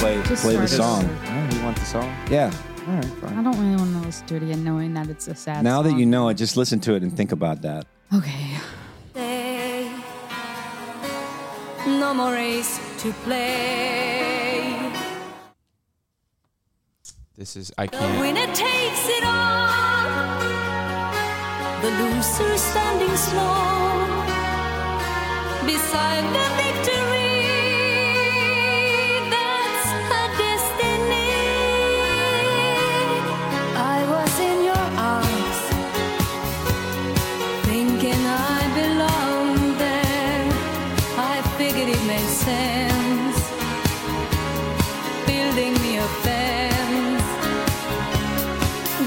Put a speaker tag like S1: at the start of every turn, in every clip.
S1: Play,
S2: Just
S1: play the
S2: started.
S1: song.
S3: Oh, you want the song?
S1: Yeah. All right,
S2: I
S1: fine.
S2: don't really want to listen to it again, knowing that it's a sad.
S1: Now that
S2: song.
S1: you know it, just listen to it and think about that.
S2: Okay.
S4: day. No more race to play.
S3: This is I
S4: The
S3: can't.
S4: winner takes it all. The loser standing small beside the victory. That's her destiny. I was in your arms, thinking I belonged there. I figured it made sense, building me a fence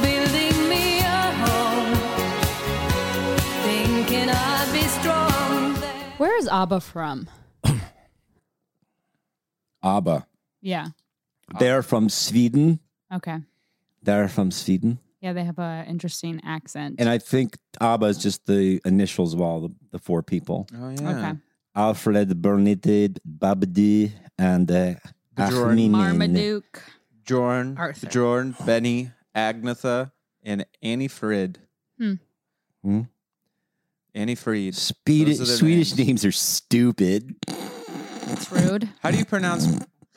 S4: building me a home, thinking I'd be strong. there.
S2: Where is ABBA from?
S1: ABBA.
S2: Yeah.
S1: They're from Sweden.
S2: Okay.
S1: They're from Sweden.
S2: Yeah, they have a interesting accent.
S1: And I think ABBA is just the initials of all the, the four people.
S3: Oh
S2: okay.
S1: Alfred Bernadette Babdi and uh,
S3: Bjorn.
S1: Ahminen.
S2: Marmaduke.
S3: Jorn,
S2: Arthur.
S3: Jorn, Benny, Agnetha, and Annie Frid.
S2: Hmm.
S1: Hmm.
S3: Annie Frid.
S1: Speed-
S3: Those are their
S1: Swedish names.
S3: names.
S1: are stupid.
S2: That's rude.
S3: How do you pronounce?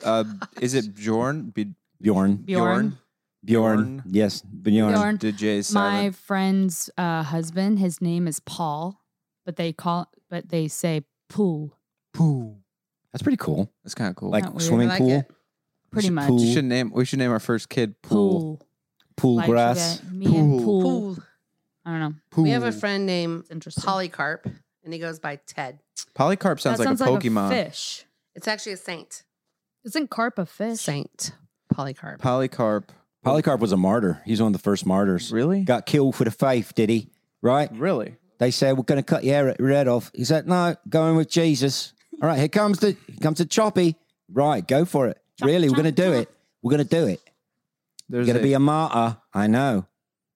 S3: Uh, is it Bjorn? B-
S1: Bjorn.
S2: Bjorn.
S1: Bjorn.
S3: Bjorn.
S1: Yes, Bjorn.
S2: Bjorn.
S3: Did Jay
S2: My
S3: silent?
S2: friend's uh, husband, his name is Paul, but they call, but they say Pool.
S3: poo.
S1: That's pretty cool.
S3: That's kind of cool.
S1: Like
S2: Not weird. I
S1: swimming
S2: like
S1: pool,
S2: it. Pretty
S1: should
S2: much.
S1: pool-
S3: we should name. We should name our first kid Pool.
S2: Pool.
S1: pool
S2: Like,
S1: grass.
S2: yeah, me and
S3: Pool.
S2: Pool.
S5: Pool.
S2: I don't know.
S5: We have a friend named
S2: It's interesting.
S5: Polycarp, and he goes by Ted.
S3: Polycarp sounds
S2: That
S3: like
S2: sounds
S3: a Pokemon.
S2: fish.
S5: It's actually a saint.
S2: Isn't carp a fish?
S5: Saint Polycarp.
S3: Polycarp.
S1: Polycarp was a martyr. He's one of the first martyrs.
S3: Really?
S1: Got killed for the faith, did he? Right?
S3: Really?
S1: They said we're going to cut your hair- head off. He said, "No, going with Jesus." All right, here comes the here comes the choppy. Right, go for it. really, we're going to do it. We're going to do it.
S3: There's
S1: You're going to be a martyr. I know.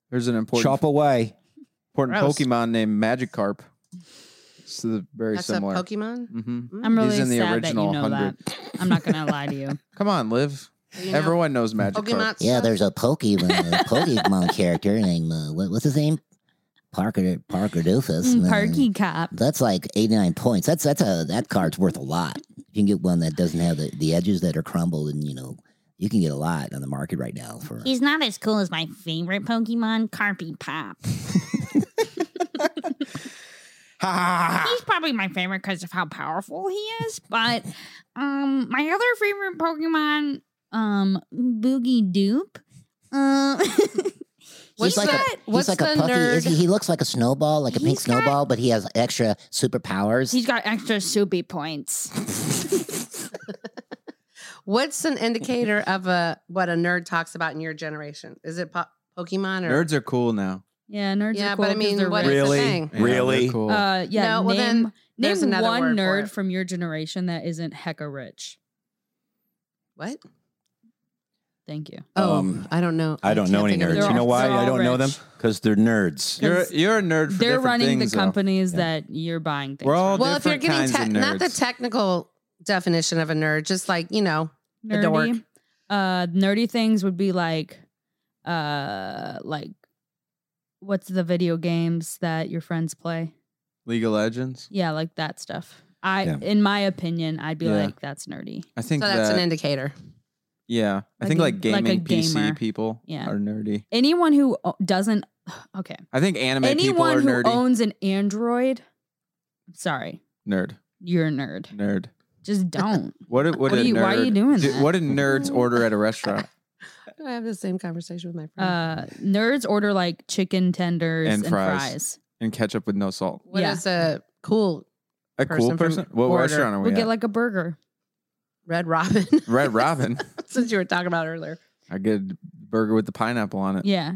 S3: There's an important
S1: Chop away.
S3: important
S5: Gross.
S3: Pokemon named Magikarp. It's uh, very
S5: That's
S3: similar.
S5: a Pokemon.
S3: Mhm.
S2: I'm really
S3: He's in the
S2: sad
S3: original
S2: that you know
S3: 100.
S2: that. I'm not gonna lie to you.
S3: Come on, Liv.
S5: You know,
S3: Everyone knows Magikarp.
S5: Pokemon.
S6: Yeah, there's a Pokemon a Pokemon character named uh, what, what's his name? Parker Parker Doofus.
S2: Mm,
S6: Uh,
S2: Parky cop.
S6: That's like 89 points. That's that's a that card's worth a lot. You can get one that doesn't have the, the edges that are crumbled, and you know you can get a lot on the market right now for.
S7: He's not as cool as my favorite Pokemon, Carpy Pop. He's probably my favorite because of how powerful he is. But um, my other favorite Pokemon, um, Boogie Doop. Uh,
S5: What's
S6: he's like
S5: that-
S6: a
S5: what's
S6: he's like a
S5: the
S6: puffy.
S5: nerd-
S6: Is he, he looks like a snowball, like a pink
S7: He's got-
S6: snowball, but he has extra superpowers.
S7: he's got extra soupy points.
S5: What's an indicator of a what a nerd talks about in your generation? Is it po- Pokemon or
S3: Nerds are cool now.
S2: Yeah, nerds
S5: Yeah,
S2: are cool
S5: but I
S2: 'cause
S5: mean,
S2: they're
S5: what
S2: rich.
S5: is
S1: Really?
S5: the thing?
S3: Yeah, they're
S1: Really?
S3: cool.
S2: Uh, yeah.
S5: No, well
S2: name,
S5: then there's
S2: name
S5: another
S2: one
S5: word for
S2: nerd
S5: it.
S2: from your generation that isn't hecka rich.
S5: What?
S2: Thank you.
S5: Oh,
S1: Um,
S5: I don't know.
S1: I don't know
S5: can't
S1: any
S5: think of
S1: nerds.
S5: the
S1: You know
S5: term.
S1: why
S2: They're all
S1: I don't know them?
S2: rich.
S1: Because they're nerds.
S3: you're
S2: 'cause
S3: you're a nerd for
S2: They're
S3: different
S2: running
S3: things,
S2: the
S3: though.
S2: companies
S1: Yeah.
S2: that you're buying things.
S3: We're all
S2: from.
S5: Well, if you're
S3: Different
S5: getting
S3: kinds
S5: te-
S3: of
S5: not the
S3: nerds.
S5: technical definition of a nerd, just like you know, the dork.
S2: nerdy. Uh, nerdy things would be like, uh, like what's the video games that your friends play?
S3: League of Legends.
S2: Yeah, like that stuff. I,
S1: Yeah.
S2: in my opinion, I'd be
S3: Yeah.
S2: like, that's nerdy.
S3: I think
S5: so that's
S3: that,
S5: an indicator.
S3: yeah. I
S2: Like
S3: think
S2: a-
S3: like
S2: like a
S3: gaming PC
S2: gamer.
S3: people
S2: Yeah.
S3: are nerdy.
S2: Anyone who o- doesn't, okay,
S3: I think anime people
S2: anyone
S3: are
S2: who
S3: nerdy.
S2: owns an Android, sorry,
S3: nerd.
S2: you're a nerd.
S3: Nerd.
S2: Just don't.
S3: What did- what,
S2: What
S3: did
S2: are you-
S3: nerd,
S2: why are you doing
S3: do-
S2: that?
S3: What did nerds order at a restaurant?
S5: I have the same conversation with my friend.
S2: uh, nerds order like chicken tenders
S3: And
S2: and,
S3: fries.
S2: fries.
S3: and ketchup with no salt.
S5: What
S2: yeah.
S5: is a cool
S3: A cool
S4: person from
S3: person? What
S4: Border.
S3: restaurant are we
S2: We'll
S3: at?
S2: get like a burger.
S4: Red Robin.
S3: Red Robin.
S4: Since you were talking about it earlier.
S3: I get a burger with the pineapple on it.
S2: Yeah.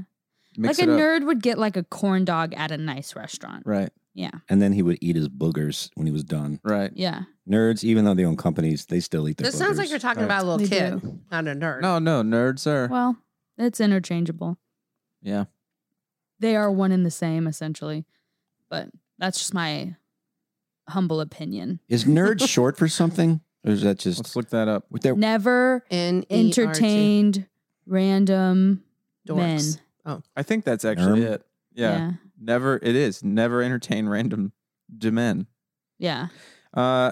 S3: Mix
S2: like
S3: it
S2: a
S3: up.
S2: nerd would get like a corn dog at a nice restaurant.
S3: Right,
S2: Yeah.
S8: And then he would eat his boogers when he was done.
S3: right.
S2: Yeah.
S8: Nerds, even though they own companies, they still eat their
S4: This sounds like
S8: boogers.
S4: you're talking
S3: Right.
S4: about a
S2: They
S4: little kid, not a nerd.
S3: No, no, nerds are.
S2: Well, it's interchangeable.
S3: yeah.
S2: They are one and the same essentially. But that's just my humble opinion.
S8: Is nerd short for something? Or is that just
S3: Let's look that up.
S8: with their
S2: Never
S5: E
S4: N-E-R-T.
S2: entertained random men.
S4: Dorks.
S3: I think that's actually
S8: Nerm?
S3: it. Yeah. Never, it is. Never entertain random demen.
S2: Yeah.
S3: Uh,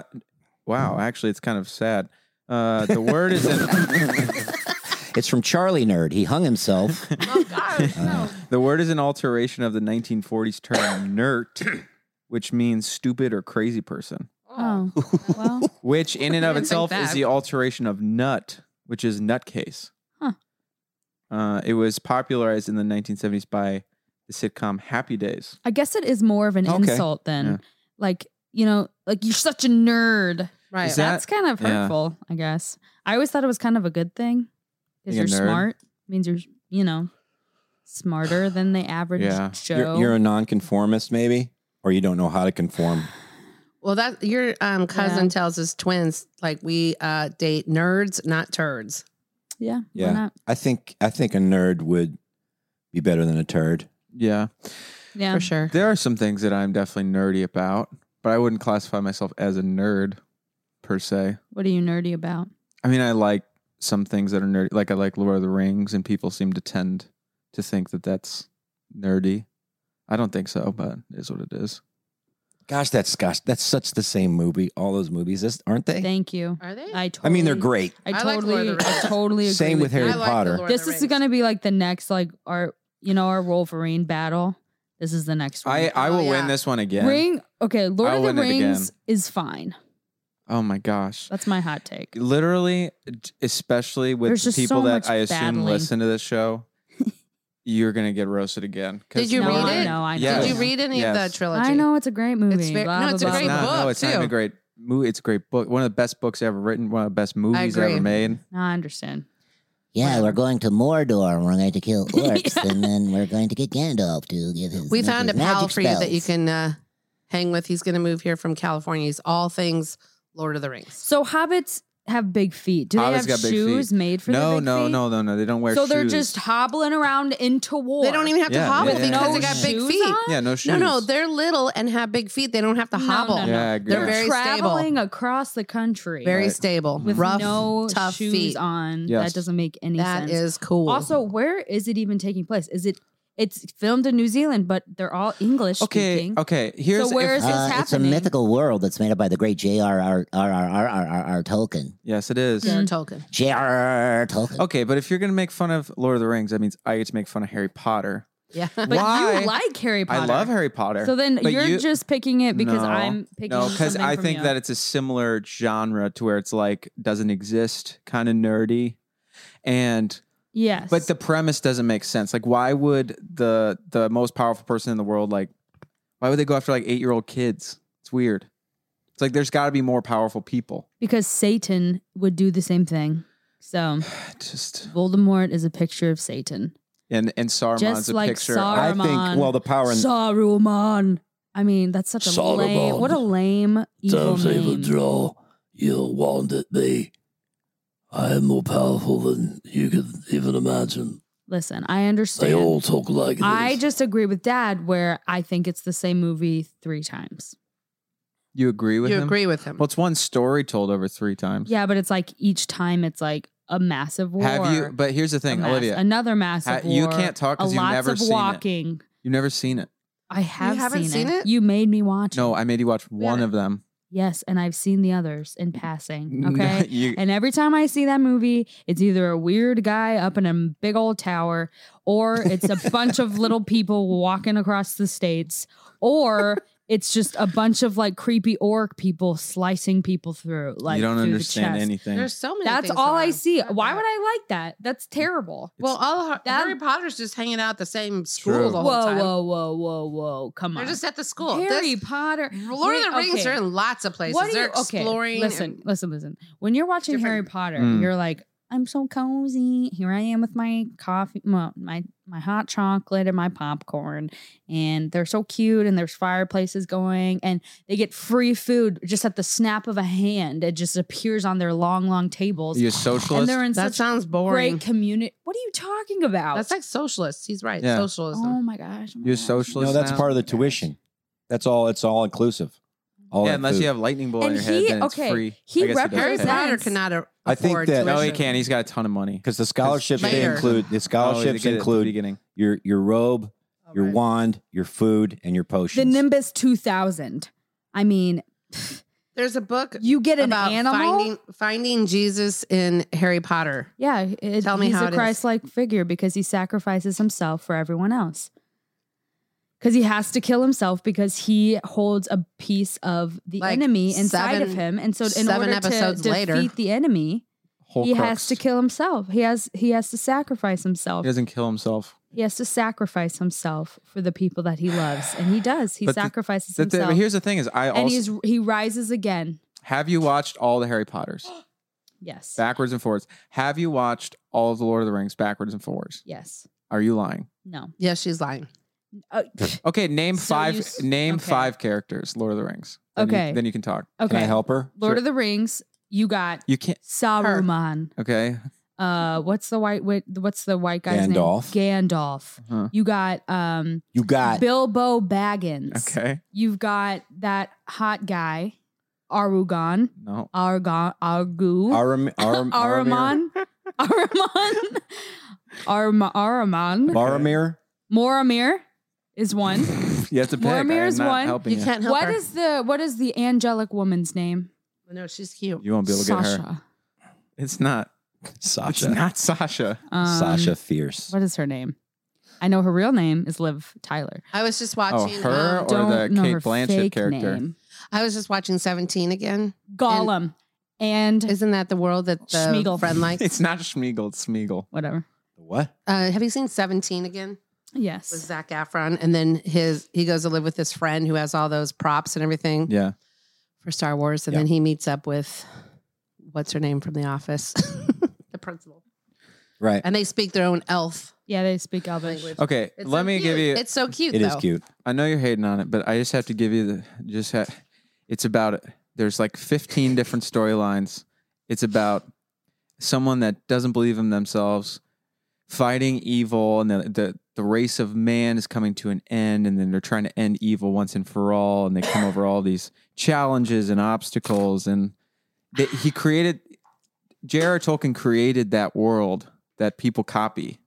S3: wow. Actually, it's kind of sad. Uh, the word is in.
S9: It's from Charlie Nerd. He hung himself.
S4: Oh, God.
S8: Uh,
S4: No.
S3: The word is an alteration of the 1940s term nerd, which means stupid or crazy person,
S2: Oh. well,
S3: which in and
S4: I
S3: of
S4: didn't think
S3: itself is
S4: that.
S3: the alteration of nut, which is nutcase.
S2: Huh.
S3: Uh, it was popularized in the 1970s by the sitcom Happy Days.
S2: I guess it is more of an
S3: Okay.
S2: insult than
S3: Yeah.
S2: like, you know, like you're such a nerd.
S4: Right.
S3: Is that-
S2: That's kind of
S3: yeah.
S2: hurtful, I guess. I always thought it was kind of a good thing because
S3: Being
S2: you're
S3: a nerd?
S2: smart means you're, you know, smarter than the average
S3: Yeah.
S2: Joe.
S8: you're, you're a nonconformist, maybe, or you don't know how to conform.
S4: Well, that your um, cousin tells his twins like we uh, date nerds, not turds.
S2: yeah,
S8: Yeah.
S2: Why not?
S8: I think I think a nerd would be better than a turd.
S3: Yeah.
S2: Yeah.
S4: For sure.
S3: There are some things that I'm definitely nerdy about, but I wouldn't classify myself as a nerd per se.
S2: What are you nerdy about?
S3: I mean, I like some things that are nerdy. Like I like Lord of the Rings, and people seem to tend to think that that's nerdy. I don't think so, but it is what it is.
S8: Gosh, that's gosh, that's such the same movie. All those movies, is- aren't they?
S2: Thank you.
S4: Are they?
S2: I
S8: I
S2: totally,
S8: mean, they're great.
S2: I
S4: I like Lord
S2: totally,
S4: of the
S2: I
S4: Rings.
S2: totally agree.
S8: Same with
S2: you.
S8: Harry
S4: I like
S8: Potter.
S4: The Lord of
S2: This
S4: the
S2: is going to be like the next, like our, you know, our Wolverine battle. This is the next one.
S3: I I
S4: Oh,
S3: will
S4: yeah.
S3: win this one again.
S2: Mm, Ring. Okay, Lord
S3: I'll
S2: of the
S3: win it again.
S2: Rings is fine.
S3: Oh my gosh!
S2: That's my hot take.
S3: Literally, especially with
S2: There's
S3: the
S2: just
S3: people
S2: so
S3: that
S2: much
S3: I assume
S2: battling.
S3: listen to this show, you're gonna get roasted again. 'Cause
S4: Did you
S2: no,
S4: read
S2: I
S4: it?
S2: know. I know.
S3: Yes.
S4: Did you read any
S3: Yes.
S4: of the trilogy?
S2: I know it's a great movie.
S4: It's very-
S2: blah,
S4: no,
S2: blah,
S4: it's a
S2: blah,
S4: great
S2: blah.
S3: not,
S4: book,
S3: No, it's not even
S4: too.
S3: a great movie. It's a great book. One of the best books ever written. One of the best movies
S4: agree.
S3: ever made.
S2: No, I understand.
S9: yeah, we're going to Mordor and we're going to kill orcs and then we're going to get Gandalf to give his
S4: We found a
S9: his
S4: pal
S9: magic
S4: for you that you
S9: spells.
S4: can uh, hang with. He's going to move here from California. He's all things Lord of the Rings.
S2: So hobbits have big feet. Do
S3: Hobbits
S2: they have
S3: got big
S2: shoes
S3: feet.
S2: made for
S3: no,
S2: their big
S3: no,
S2: feet?
S3: no, no, no. They don't wear.
S2: So they're
S3: shoes.
S2: just hobbling around into war.
S4: They don't even have to
S3: Yeah,
S4: hobble
S3: yeah, yeah.
S4: because
S2: no
S4: they got big
S2: shoes
S4: feet.
S2: on?
S3: yeah, no shoes.
S4: No, no, they're little and have big feet. They don't have to
S2: No, no,
S4: hobble.
S2: no.
S3: Yeah, I agree.
S4: They're
S2: They're
S3: They're
S4: very
S2: traveling
S4: stable.
S2: across the country
S4: Very
S3: Right.
S4: stable.
S2: with
S4: rough,
S2: no
S4: tough
S2: shoes
S4: feet.
S2: on.
S3: Yes.
S2: That doesn't make any
S4: That
S2: sense.
S4: is cool.
S2: also, where is it even taking place? Is it? It's filmed in New Zealand, but they're all English
S3: okay.
S2: speaking.
S3: Okay, here's
S2: where
S3: if-
S2: is this
S9: Uh, it's a
S2: happening?
S9: mythical world that's made up by the great J.R.R. Tolkien.
S3: yes, it is.
S2: mm.
S4: They're a token.
S9: J.R.R. Tolkien.
S3: Okay, but if you're gonna make fun of Lord of the Rings, that means I get to make fun of Harry Potter.
S4: Yeah.
S2: But
S3: Why?
S2: you like Harry Potter.
S3: I love Harry Potter.
S2: So then
S3: but
S2: you're
S3: you-
S2: just picking it because
S3: No.
S2: I'm picking.
S3: no,
S2: because
S3: I think that it's a similar genre to where it's like doesn't exist, kind of nerdy, and
S2: yes,
S3: but the premise doesn't make sense. Like, why would the the most powerful person in the world like? Why would they go after like eight year old kids? It's weird. It's like there's got to be more powerful people.
S2: because Satan would do the same thing. So
S3: Just
S2: Voldemort is a picture of Satan,
S3: and and Saruman's
S2: just
S3: a
S2: like
S3: picture.
S8: I
S2: Saruman.
S8: think. Well, the power in
S2: Saruman. I mean, that's such a lame.
S10: Saruman.
S2: What a lame evil
S10: Times I
S2: name.
S10: even draw, you wanted me. I am more powerful than you could even imagine.
S2: Listen, I
S10: They all
S2: understand.
S10: talk like this.
S2: I just agree with Dad, where I think it's the same movie three times.
S3: You agree with
S4: you
S3: him?
S4: agree with him.
S3: Well, it's one story told over three times.
S2: Yeah, but it's like each time it's like a massive war.
S3: Have you? But here's the
S2: a
S3: thing,
S2: mass-
S3: Olivia.
S2: Another massive
S3: Ha-
S2: war.
S3: you can't talk
S2: a
S3: 'cause you've
S2: lots
S3: never
S2: of
S3: seen it.
S2: walking.
S3: You've never seen it.
S2: I have
S4: haven't
S2: seen,
S4: seen
S2: it.
S4: it?
S2: You made me watch.
S3: No,
S2: it.
S3: I made you watch one of them.
S2: Yes, and I've seen the others in passing.
S3: No,
S2: Okay.
S3: you-
S2: and every time I see that movie, it's either a weird guy up in a big old tower, or it's a bunch of little people walking across the states, or it's just a bunch of like creepy orc people slicing people through. Like
S3: you don't
S2: through the
S3: understand
S2: chest.
S3: anything.
S4: There's so many.
S2: That's
S4: things
S2: all
S4: that
S2: I see.
S4: love
S2: Why
S4: that.
S2: would I like that? That's terrible.
S4: Well, all Har-
S2: that-
S4: Harry Potter's just hanging out at the same school
S3: True.
S4: the whole
S2: Whoa,
S4: time.
S2: whoa, whoa, whoa, whoa! Come on,
S4: They're just at the school.
S2: Harry
S4: This-
S2: Potter.
S4: Lord
S2: Wait,
S4: of the Rings
S2: okay.
S4: are in lots of places.
S2: do
S4: They're
S2: you- okay,
S4: exploring.
S2: listen,
S4: and-
S2: listen, listen. When you're watching
S4: different-
S2: Harry Potter,
S3: Mm.
S2: you're like, I'm so cozy. Here I am with my coffee, my, my my hot chocolate and my popcorn, and they're so cute. And there's fireplaces going, and they get free food just at the snap of a hand. It just appears on their long, long tables,
S3: You're
S2: and
S3: a socialist.
S2: they're in
S4: that
S2: such
S4: sounds boring.
S2: great community. What are you talking about?
S4: That's like socialists. He's right.
S3: Yeah.
S4: Socialism.
S2: oh my gosh, oh my
S3: You're
S2: gosh.
S3: socialist
S8: No, that's
S3: now?
S8: part of the tuition. That's all. It's all inclusive. All
S3: yeah,
S8: that
S3: unless
S8: food.
S3: you have lightning bolt in
S2: And
S3: your head,
S2: he-
S3: then it's
S2: okay,
S3: free.
S2: he
S3: I guess does
S4: Harry
S2: represents-
S3: pay.
S4: Potter cannot a-
S8: I think
S4: afford
S8: that-
S3: No, he
S4: tuition.
S3: can. He's got a ton of money.
S8: because the scholarships they
S4: Later.
S8: include the
S3: Oh, they
S8: scholarships
S3: get it at the
S8: include
S3: beginning.
S8: your your robe,
S4: Oh,
S8: your
S4: right.
S8: wand, your food, and your
S2: The
S8: potions.
S2: Nimbus 2000. I mean,
S4: There's a book
S2: you get an
S4: about
S2: animal.
S4: finding finding Jesus in Harry Potter.
S2: Yeah, it,
S4: Tell me
S2: he's
S4: how
S2: a
S4: it is.
S2: Christ-like figure because he sacrifices himself for everyone else. Because he has to kill himself because he holds a piece of the
S4: Like
S2: enemy inside of
S4: seven-
S2: him, and so in
S4: seven
S2: order
S4: episodes
S2: to
S4: later.
S2: defeat the enemy,
S3: Whole
S2: he
S3: crux.
S2: has to kill himself. He has he has to sacrifice himself.
S3: He doesn't kill himself.
S2: He has to sacrifice himself for the people that he loves, and he does. He
S3: But the-
S2: sacrifices
S3: The thi-
S2: himself,
S3: but here's the thing: is I
S2: and
S3: also
S2: he's he rises again.
S3: have you watched all the Harry Potters
S2: Yes,
S3: backwards and forwards? Have you watched all of the Lord of the Rings backwards and forwards?
S2: yes, are
S3: Are you lying?
S2: no.
S4: Yeah, she's lying.
S2: Uh,
S3: Okay, name
S2: So
S3: five.
S2: you s-
S3: name
S2: okay.
S3: five characters. Lord of the Rings. Then you-
S2: Okay.
S3: then you can talk.
S2: okay,
S8: Can I help her?
S2: Lord of the Rings. You got
S3: You can't.
S2: Saruman.
S3: Okay.
S2: Uh, what's the white? wi- What's the white guy's
S8: Gandalf.
S2: name? Gandalf.
S3: Uh-huh.
S2: You got um
S8: You got
S2: Bilbo Baggins.
S3: Okay.
S2: You've got that hot guy, Arugon.
S3: No.
S2: Argon. Argu.
S8: Aram, Aram, Aramir.
S2: Aramon. Aramon. Arma, Aramon.
S8: Boromir.
S2: Moramir is one.
S3: You have to pick. I am
S2: Moromir's
S3: not
S2: one.
S3: helping
S4: You
S3: you.
S4: can't help
S2: What
S4: her.
S2: is the what is the angelic woman's name?
S4: no, she's cute.
S3: You won't be able to
S2: Sasha.
S3: get her. It's not. It's
S8: Sasha.
S3: not Sasha.
S2: Um,
S8: Sasha Fierce.
S2: What is her name? I know her real name is Liv Tyler.
S4: I was just
S3: Oh,
S4: watching.
S3: her
S4: um,
S3: or the
S2: Don't know
S3: Kate
S2: her
S3: Blanchett
S2: fake
S3: character?
S2: name.
S4: I was just watching Seventeen again.
S2: Gollum and,
S4: Isn't that the world that the
S2: Schmeagle.
S4: friend likes?
S3: It's not Schmiegel. It's Smeagol.
S2: whatever.
S8: What?
S4: Uh, have you seen Seventeen again? With
S2: Yes.
S4: Zach Efron, and then his he goes to live with his friend who has all those props and everything
S3: Yeah.
S4: for Star Wars, and
S8: Yeah.
S4: then he meets up with what's her name from The Office, the principal,
S8: Right.
S4: and they speak their own elf
S2: Yeah, they speak Elvish.
S4: language.
S3: Okay.
S4: It's
S3: let
S4: so
S3: me
S4: cute.
S3: give you.
S4: It's so cute.
S8: It
S4: though.
S8: is cute.
S3: I know you're hating on it, but I just have to give you the just. Ha- it's about there's like 15 different storylines. It's about someone that doesn't believe in themselves, fighting evil, and the, the the race of man is coming to an end, and then they're trying to end evil once and for all, and they come over all these challenges and obstacles, and they, he created. J.R.R. Tolkien created that world that people copy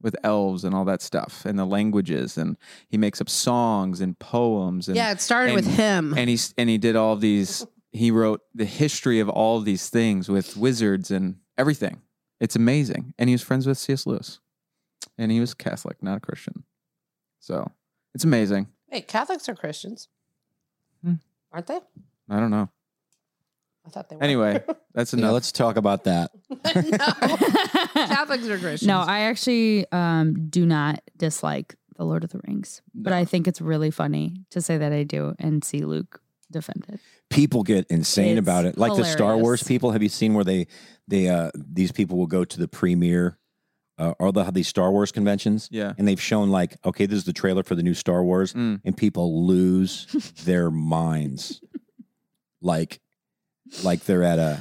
S3: with elves and all that stuff and the languages and he makes up songs and poems and
S4: Yeah, it started with
S3: and-
S4: him.
S3: and he's and he did all these he wrote the history of all these things with wizards and everything it's amazing and he was friends with cs lewis and he was catholic not a christian so it's amazing
S4: Wait, Catholics are Christians,
S3: Hmm.
S4: aren't they?
S3: i don't know
S4: I thought they were.
S3: anyway that's
S8: Now
S3: enough
S8: let's talk about that.
S4: no, Catholics are Christians.
S2: no, I actually um, do not dislike The Lord of the Rings, but
S3: No.
S2: I think it's really funny to say that I do and see Luke defend it.
S8: People get insane
S2: It's
S8: about it. Like the Star
S2: hilarious.
S8: Wars people. Have you seen where they they uh these people will go to the premiere uh, or the these Star Wars conventions
S3: yeah
S8: and they've shown like okay this is the trailer for the new Star Wars
S3: Mm.
S8: and people lose their minds. Like like they're at a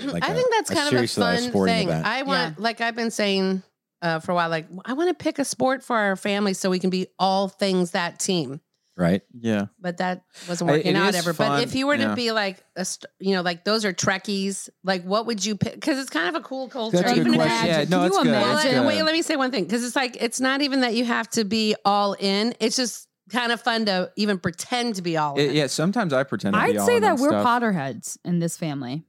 S8: like
S4: I
S8: a-
S4: think that's
S8: a
S4: kind of a
S8: serious live
S4: fun
S8: sporting
S4: thing.
S8: event.
S4: I want, like I've been saying uh, for a while, like I want to pick a sport for our family so we can be all things that team.
S8: right?
S3: yeah
S4: But that wasn't
S3: I-
S4: working
S3: it
S4: out
S3: is
S4: ever.
S3: fun,
S4: But if you were
S3: yeah.
S4: to be like a, st- you know, like those are Trekkies. Like, what would you pick? Because it's kind of a cool culture.
S8: That's a good
S4: Even if-
S8: question.
S3: yeah
S2: Can
S3: no
S2: you
S3: it's good,
S4: Well,
S3: it's
S2: imagine-
S4: and
S3: good.
S4: wait, let me say one thing because it's like it's not even that you have to be all in. It's just kind of fun to even pretend to be all in.
S3: It- yeah sometimes i pretend to be
S2: I'd
S3: all
S2: say
S3: in
S2: that
S3: on
S2: we're
S3: stuff.
S2: Potterheads in this family.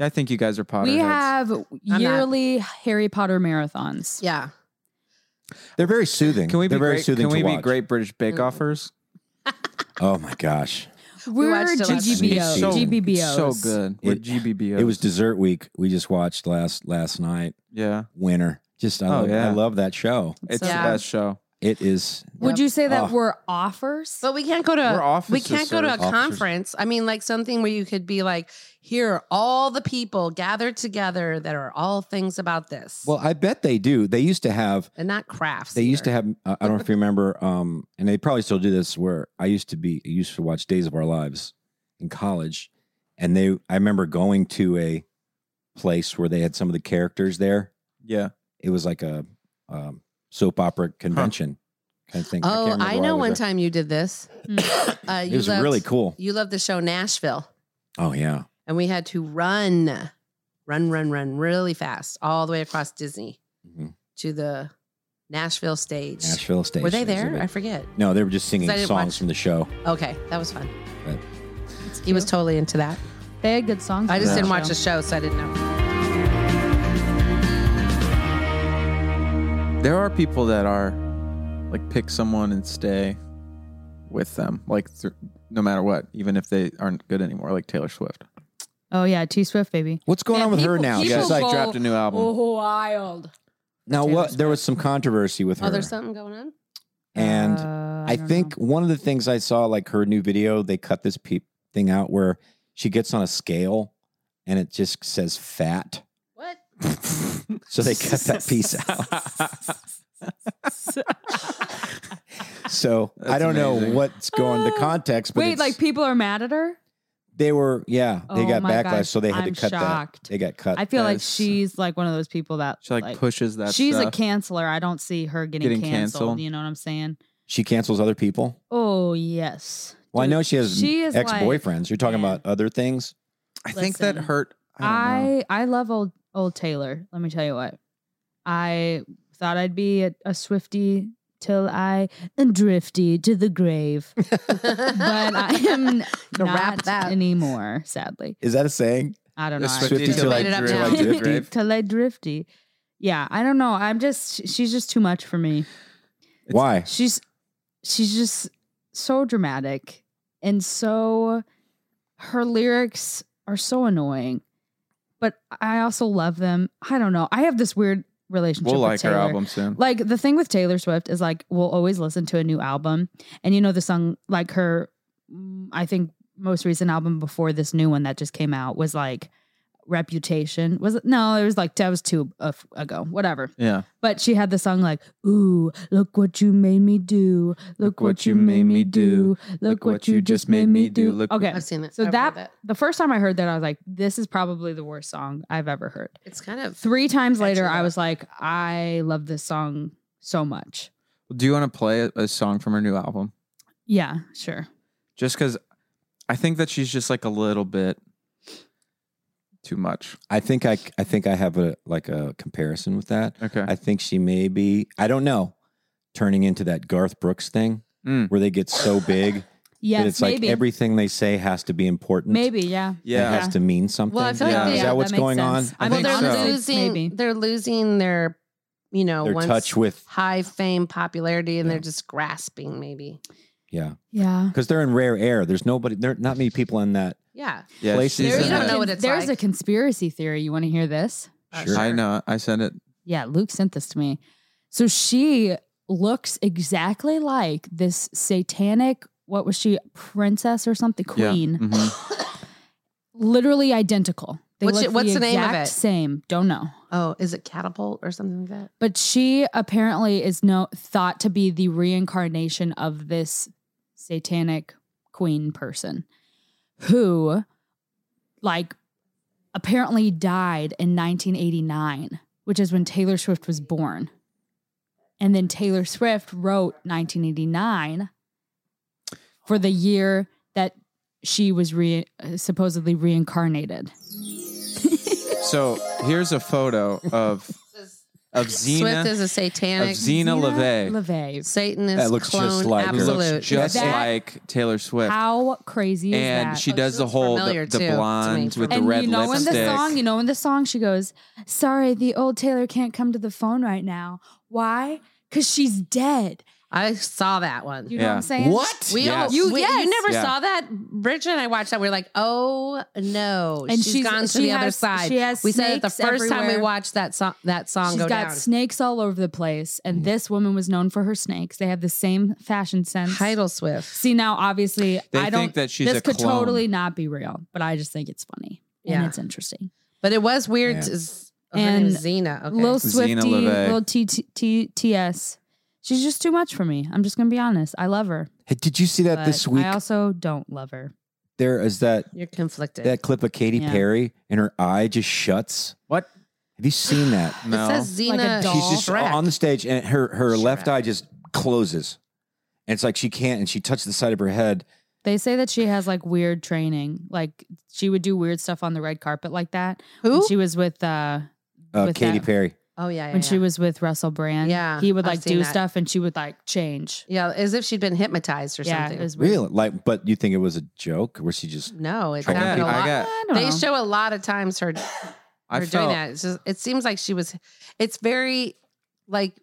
S3: i think you guys are potter
S2: we have
S4: not.
S2: yearly Harry Potter marathons.
S4: Yeah.
S8: They're very soothing.
S3: can we be
S8: They're very
S3: great,
S8: soothing
S3: can we
S8: to
S3: be
S8: watch.
S2: Mm.
S3: great british bake offers
S1: Oh my gosh.
S2: We're
S4: watched it last
S1: week.
S2: GBBO.
S1: It's so-
S2: GBBOs.
S3: So good. We're
S1: It-
S3: GBBO.
S1: It was dessert week. We just watched last last night.
S3: yeah.
S1: Winner. Just I,
S3: Oh,
S1: love,
S3: yeah.
S1: I love that show.
S3: It's
S4: Yeah.
S3: the best show.
S1: It is
S2: Would you say that
S1: Oh.
S2: we're offers?
S4: But we can't go
S3: We're
S4: to we
S3: officers,
S4: can't go to a
S3: sir.
S1: Officers.
S4: conference. I mean, like something where you could be like, here are all the people gathered together that are all things about this,
S1: well. I bet they do. They used to have.
S4: and not crafts.
S1: They used to
S4: either.
S1: have. I I don't know if you remember. Um, and they probably still do this. Where I used to be, I used to watch Days of Our Lives in college, and they. I remember going to a place where they had some of the characters there.
S3: Yeah.
S1: It was like a um, soap opera convention kind of thing. can't
S4: Oh,
S1: remember
S4: I,
S1: why
S4: know
S1: was
S4: one
S1: there.
S4: time you did this. uh,
S1: It was really cool.
S4: You loved the show Nashville,
S1: Oh yeah.
S4: and we had to run, run, run, run really fast all the way across Disney
S1: Mhm.
S4: to the Nashville stage.
S1: Nashville Station.
S4: Were they
S1: is the
S4: there?
S1: big-
S4: I forget.
S1: No, they were just singing
S4: 'Cause I didn't
S1: songs
S4: watch-
S1: from the show.
S4: Okay, that was fun.
S1: Right.
S4: He was totally into that.
S2: They had good songs.
S4: I
S2: on
S4: just
S2: that
S4: didn't watch
S2: show.
S4: the show, so I didn't know.
S3: There are people that are like pick someone and stay with them, like th- no matter what, even if they aren't good anymore, like Taylor Swift.
S2: Oh yeah, T Swift baby.
S1: What's going
S2: Yeah,
S1: on with her
S2: people-
S1: now?
S2: people
S1: She's like
S2: go-
S3: dropped a new album.
S2: Wild.
S1: now
S2: Taylor
S1: what? There was some controversy with her,
S4: Oh, there's something going on.
S1: and
S2: Uh,
S1: I
S2: don't
S1: think one of the things I saw, like her new video, they cut this peep thing out where she gets on a scale and it just says fat.
S4: What?
S1: So they cut that piece out. So I
S3: That's
S1: don't know
S3: amazing.
S1: what's going the
S2: Uh,
S1: context,
S2: know.
S1: but
S2: Wait,
S1: it's-
S2: like people are mad at her.
S1: they were, yeah, they
S2: Oh
S1: got
S2: my
S1: backlash,
S2: gosh,
S1: so they had
S2: I'm
S1: to cut
S2: shocked.
S1: that. They got cut.
S2: I feel like
S3: That's-
S2: she's like one of those people that
S3: She like, pushes that.
S2: she's a
S3: stuff.
S2: canceler. I don't see her getting,
S3: Getting
S2: canceled,
S3: canceled.
S2: You know what I'm saying?
S1: she cancels other people.
S2: Oh yes.
S1: Well,
S2: Dude,
S1: I know she has
S2: she is, like-
S1: ex-boyfriends. You're talking
S2: Yeah.
S1: about other things.
S3: I think that
S2: Listen,
S3: hurt. I, don't know.
S2: I I love old old Taylor. Let me tell you what. I thought I'd be a, a Swifty till I am drifty to the grave, but I am
S4: To
S2: not
S4: wrap that.
S2: anymore. Sadly,
S1: Is that a saying?
S2: I don't
S3: The
S2: know. I
S3: Swifty
S1: Swifty
S2: just-
S1: till
S4: I
S1: I
S4: made it up
S1: till I
S4: now.
S1: drift.
S3: grave.
S2: till I drifty. Yeah, I don't know. I'm just sh- she's just too much for me.
S3: It's-
S1: Why?
S2: She's she's just so dramatic and so her lyrics are so annoying. But I also love them. I don't know. I have this weird relationship
S3: We'll
S2: with
S3: like
S2: Taylor.
S3: her album soon.
S2: Like the thing with Taylor Swift is like we'll always listen to a new album, and you know the song like her. mm, I think most recent album before this new one that just came out was like Reputation. Was it? No, it was like that was two af- ago. Whatever.
S3: yeah.
S2: But she had the song like Ooh, look what you made me do. Look, what, you made me do. Look what you just made me do.
S3: Look what-
S2: okay.
S4: I've seen it.
S2: So
S4: I've heard
S2: that the first time I heard that I was like, this is probably the worst song I've ever heard.
S4: it's kind of
S2: Three times later,
S4: Actually,
S2: I
S4: yeah.
S2: was like, I love this song so much.
S3: Do you want to play a, a song from her new album?
S2: Yeah, sure.
S3: Just because I think that she's just like a little bit too much.
S1: I think I, I think I have a like a comparison with that.
S3: Okay.
S1: I think she may be. I don't know. Turning into that Garth Brooks thing
S3: Mm.
S1: where they get so big
S2: Yes,
S1: that it's
S2: maybe.
S1: like everything they say has to be important.
S2: maybe, yeah.
S1: It
S3: yeah.
S1: has to mean something.
S4: Well, I feel like
S3: Yeah.
S4: they,
S3: Is
S1: that what's
S2: makes
S1: going
S2: sense.
S1: on?
S2: I
S3: I
S4: well,
S2: mean,
S3: think
S4: they're
S3: so.
S4: losing
S2: maybe.
S4: they're losing their you know
S1: Their
S4: once
S1: touch with
S4: high fame popularity, and
S1: Yeah.
S4: they're just grasping maybe.
S1: yeah,
S2: Yeah.
S1: because they're in rare air. There's nobody. There not many people in that.
S4: Yeah,
S3: yeah,
S1: Places
S3: she's
S1: that-
S3: in
S1: You don't
S3: it.
S4: know what it's
S2: There's a
S4: like.
S2: conspiracy theory. You want to hear this?
S4: Uh,
S1: Sure.
S3: I know. I sent it.
S2: Yeah, Luke sent this to me. So she looks exactly like this satanic, what was she, princess or something,
S3: Yeah.
S2: queen.
S3: Mhm.
S2: Literally identical. They
S4: What's
S2: look
S4: it- what's the name of
S2: exact
S4: it?
S2: Same. Don't know.
S4: Oh, is it catapult or something like that?
S2: But she apparently is no thought to be the reincarnation of this satanic queen person who like apparently died in 1989, which is when Taylor Swift was born. And then Taylor Swift wrote 1989 for the year that she was re- supposedly reincarnated.
S3: So here's a photo of of
S4: Swift
S3: Xena.
S4: is a satanic.
S3: of Zena LeVay.
S2: LeVay.
S4: Satan is
S1: That looks
S4: clone
S1: just like her.
S3: who
S4: absolute.
S3: looks just
S2: That-
S3: like Taylor Swift.
S2: How crazy is that?
S3: and she
S4: Oh,
S3: does
S4: she
S3: the
S4: looks
S3: whole
S4: familiar
S3: the,
S4: too,
S3: the
S4: to me
S3: blondes with
S4: from-
S3: the
S2: and
S3: red
S2: you know
S3: lipstick.
S2: in the song you know in the song she goes sorry the old taylor can't come to the phone right now why because she's dead
S4: I saw that one.
S2: You know what I'm Yeah. saying? What?
S4: We
S2: Yes.
S4: all
S2: You-
S4: you, we,
S2: yes.
S4: you never
S2: Yeah.
S4: saw that. Bridget and I watched that. We are like, oh no,
S2: And
S4: she's
S2: she's-
S4: gone to
S2: she
S4: the other
S2: has-
S4: side.
S2: she has
S4: we said it the
S2: snakes
S4: first time we
S2: everywhere.
S4: watched that song. That song
S2: She's
S4: go
S2: got
S4: down.
S2: snakes all over the place,
S3: Mm.
S2: and this woman was known for her snakes. They have the same fashion sense.
S4: Heidel Swift.
S2: See now, obviously,
S3: They
S2: I don't
S3: think that she's
S2: This
S3: a
S2: could
S3: clone.
S2: totally not be real, but I just think it's funny and
S4: Yeah.
S2: it's interesting.
S4: But it was weird.
S2: Yeah.
S4: to s- her
S2: And
S4: name is Xena. Okay.
S2: Lil Swifty,
S3: Zena LeVay.
S2: Lil T- T- T- TS. She's just too much for me. I'm just gonna be honest. I love her.
S1: Hey, did you see that
S2: but
S1: this week?
S2: I also don't love her.
S1: there is that
S4: You're conflicted.
S1: that clip of Katy
S2: Yeah.
S1: Perry and her eye just shuts. What? Have you seen that?
S3: No.
S4: says Xena
S1: She's just
S4: Shrek.
S1: on the stage and her her left eye just closes. And it's like she can't and she touched the side of her head.
S2: They say that she has like weird training. Like she would do weird stuff on the red carpet like that. Who? When she was with uh
S1: Uh,
S2: with
S1: Katy
S2: that-
S1: Perry.
S4: Oh yeah, yeah,
S2: when she
S4: yeah.
S2: was with Russell Brand.
S4: Yeah,
S2: He would
S4: I've
S2: like
S4: seen
S2: do
S4: that.
S2: stuff and she would like change.
S4: yeah, as if she'd been hypnotized or
S2: Yeah,
S4: something.
S2: it was weird.
S1: Really? Like but you think it was a joke? Was she just
S4: No, it's
S1: Trolling
S4: happened a
S1: people. I
S4: lot.
S1: got-
S2: I don't
S4: they
S2: know.
S4: show a lot of times her, her
S3: I
S4: doing
S3: felt-
S4: that. It's just, it seems like she was. It's very like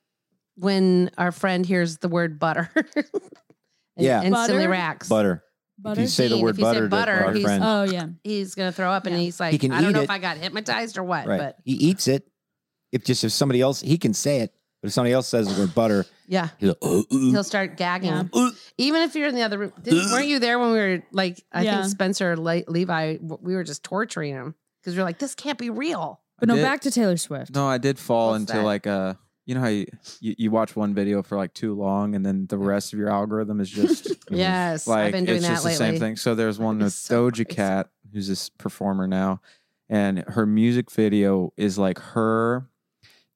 S4: when our friend hears the word butter. and
S1: Yeah.
S4: instantly
S2: Butter?
S4: reacts.
S1: butter?
S2: Butter?
S1: If you say the
S4: Gene,
S1: word
S4: if you say
S1: butter, to
S4: butter,
S1: our
S4: he's-
S1: friend,
S2: Oh yeah.
S4: He's gonna throw up, and he's
S1: He
S4: like,
S1: can
S4: I don't
S1: eat
S4: know
S1: it.
S4: if I got hypnotized or what,
S1: right.
S4: but
S1: he eats it. If just if somebody else he can say it, but if somebody else says the word butter,
S4: yeah.
S1: he's like, "Uh, uh,
S4: He'll start gagging. Even if you're in the other room, didn't, weren't you there when we were like? I
S2: Yeah.
S4: think Spencer, Le- Levi, w- we were just torturing him because we are like, this can't be real.
S2: But no,
S3: did-
S2: back to Taylor Swift.
S3: No, I did fall
S4: What's
S3: into
S4: that?
S3: like a you know how you, you you watch one video for like too long and then the rest of your algorithm is just
S4: Yes,
S3: like
S4: I've been doing
S3: it's
S4: that
S3: just
S4: lately.
S3: the same thing. So there's one with Doja Cat who's this performer now and her music video is like her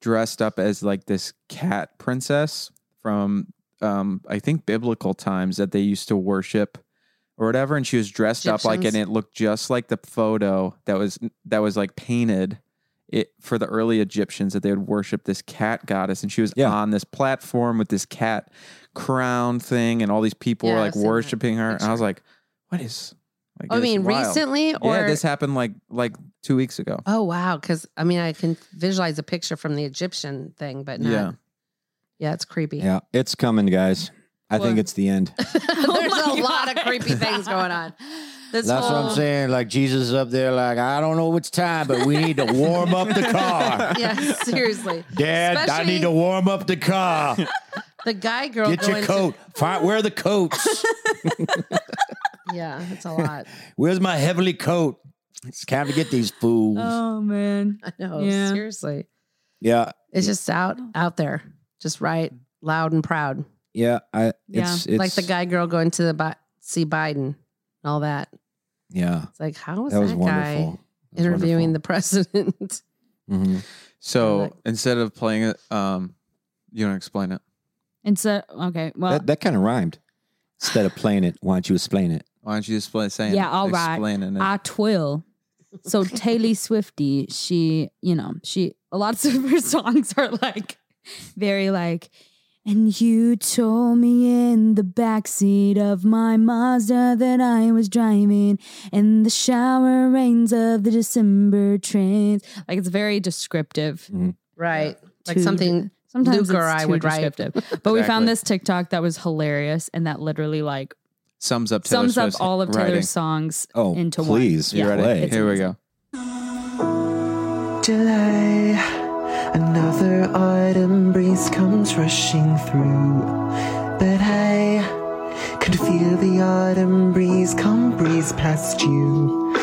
S3: dressed up as like this cat princess from um I think biblical times that they used to worship or whatever and she was dressed up like and
S4: Egyptians.
S3: it looked just like the photo that was that was like painted it for the early Egyptians that they would worship this cat goddess, and she was on this platform with this cat crown thing, and all these people
S4: Yeah,
S3: were
S4: I've
S3: like
S4: seen that
S3: worshiping her. And I was like, "What is?" Like,
S4: Oh, I
S3: this is
S4: mean,
S3: wild.
S4: recently or
S3: yeah, this happened like like two weeks ago.
S4: Oh wow! Because I mean, I can visualize a picture from the Egyptian thing, but not, yeah,
S1: Yeah.
S4: it's creepy.
S1: Yeah, it's coming, guys. I think it's the end.
S4: There's
S2: Oh,
S4: a lot of creepy things going on. This
S9: That's what
S4: whole-
S9: I'm saying. Like Jesus is up there, like I don't know what's time, but we need to warm up the car.
S4: Yeah, seriously.
S9: Dad, I
S4: Especially
S9: need to warm up the car.
S4: the guy girl.
S9: Get your
S4: going
S9: coat. Find, where are the coats?
S4: To, yeah, it's a lot.
S9: Where's my heavenly coat? It's time to get these fools.
S2: Oh man.
S4: I know.
S2: Yeah.
S4: Seriously,
S1: yeah,
S4: it's just out out there, just right, loud and proud,
S1: yeah. I it's
S2: Yeah.
S1: it's
S4: like the guy girl going to the Bi- see Biden, and all that.
S1: Yeah,
S4: It's like how was
S1: That
S4: that,
S1: was
S4: guy
S1: wonderful. That was
S4: interviewing the president?
S1: Mhm.
S3: So
S4: like-
S3: instead of playing it, um, you don't explain it.
S2: And so okay, well
S1: that that kind of rhymed. Instead of playing it, why don't you explain it?
S3: Why don't you just play saying?
S2: Yeah, all right.
S3: Explaining it.
S2: I twill. So Taylor Swifty, she, you know, she lots of her songs are like very like and you told me in the backseat of my Mazda that I was driving in the shower rains of the December trains. Like it's very descriptive.
S4: Right, like
S2: Too-
S4: something.
S2: Sometimes
S4: Luke or
S2: it's
S4: I
S2: too
S4: would write.
S2: descriptive. But we
S3: Exactly.
S2: found this TikTok that was hilarious and that literally like
S3: sums up Taylor
S2: sums up
S3: Swift's
S2: all of Taylor's
S3: writing.
S2: songs
S1: Oh,
S2: into
S1: please
S2: one. Yeah.
S3: You ready?
S2: It's
S3: Here we go.
S11: July, another autumn breeze comes rushing through. But I could feel the autumn breeze come breeze past you.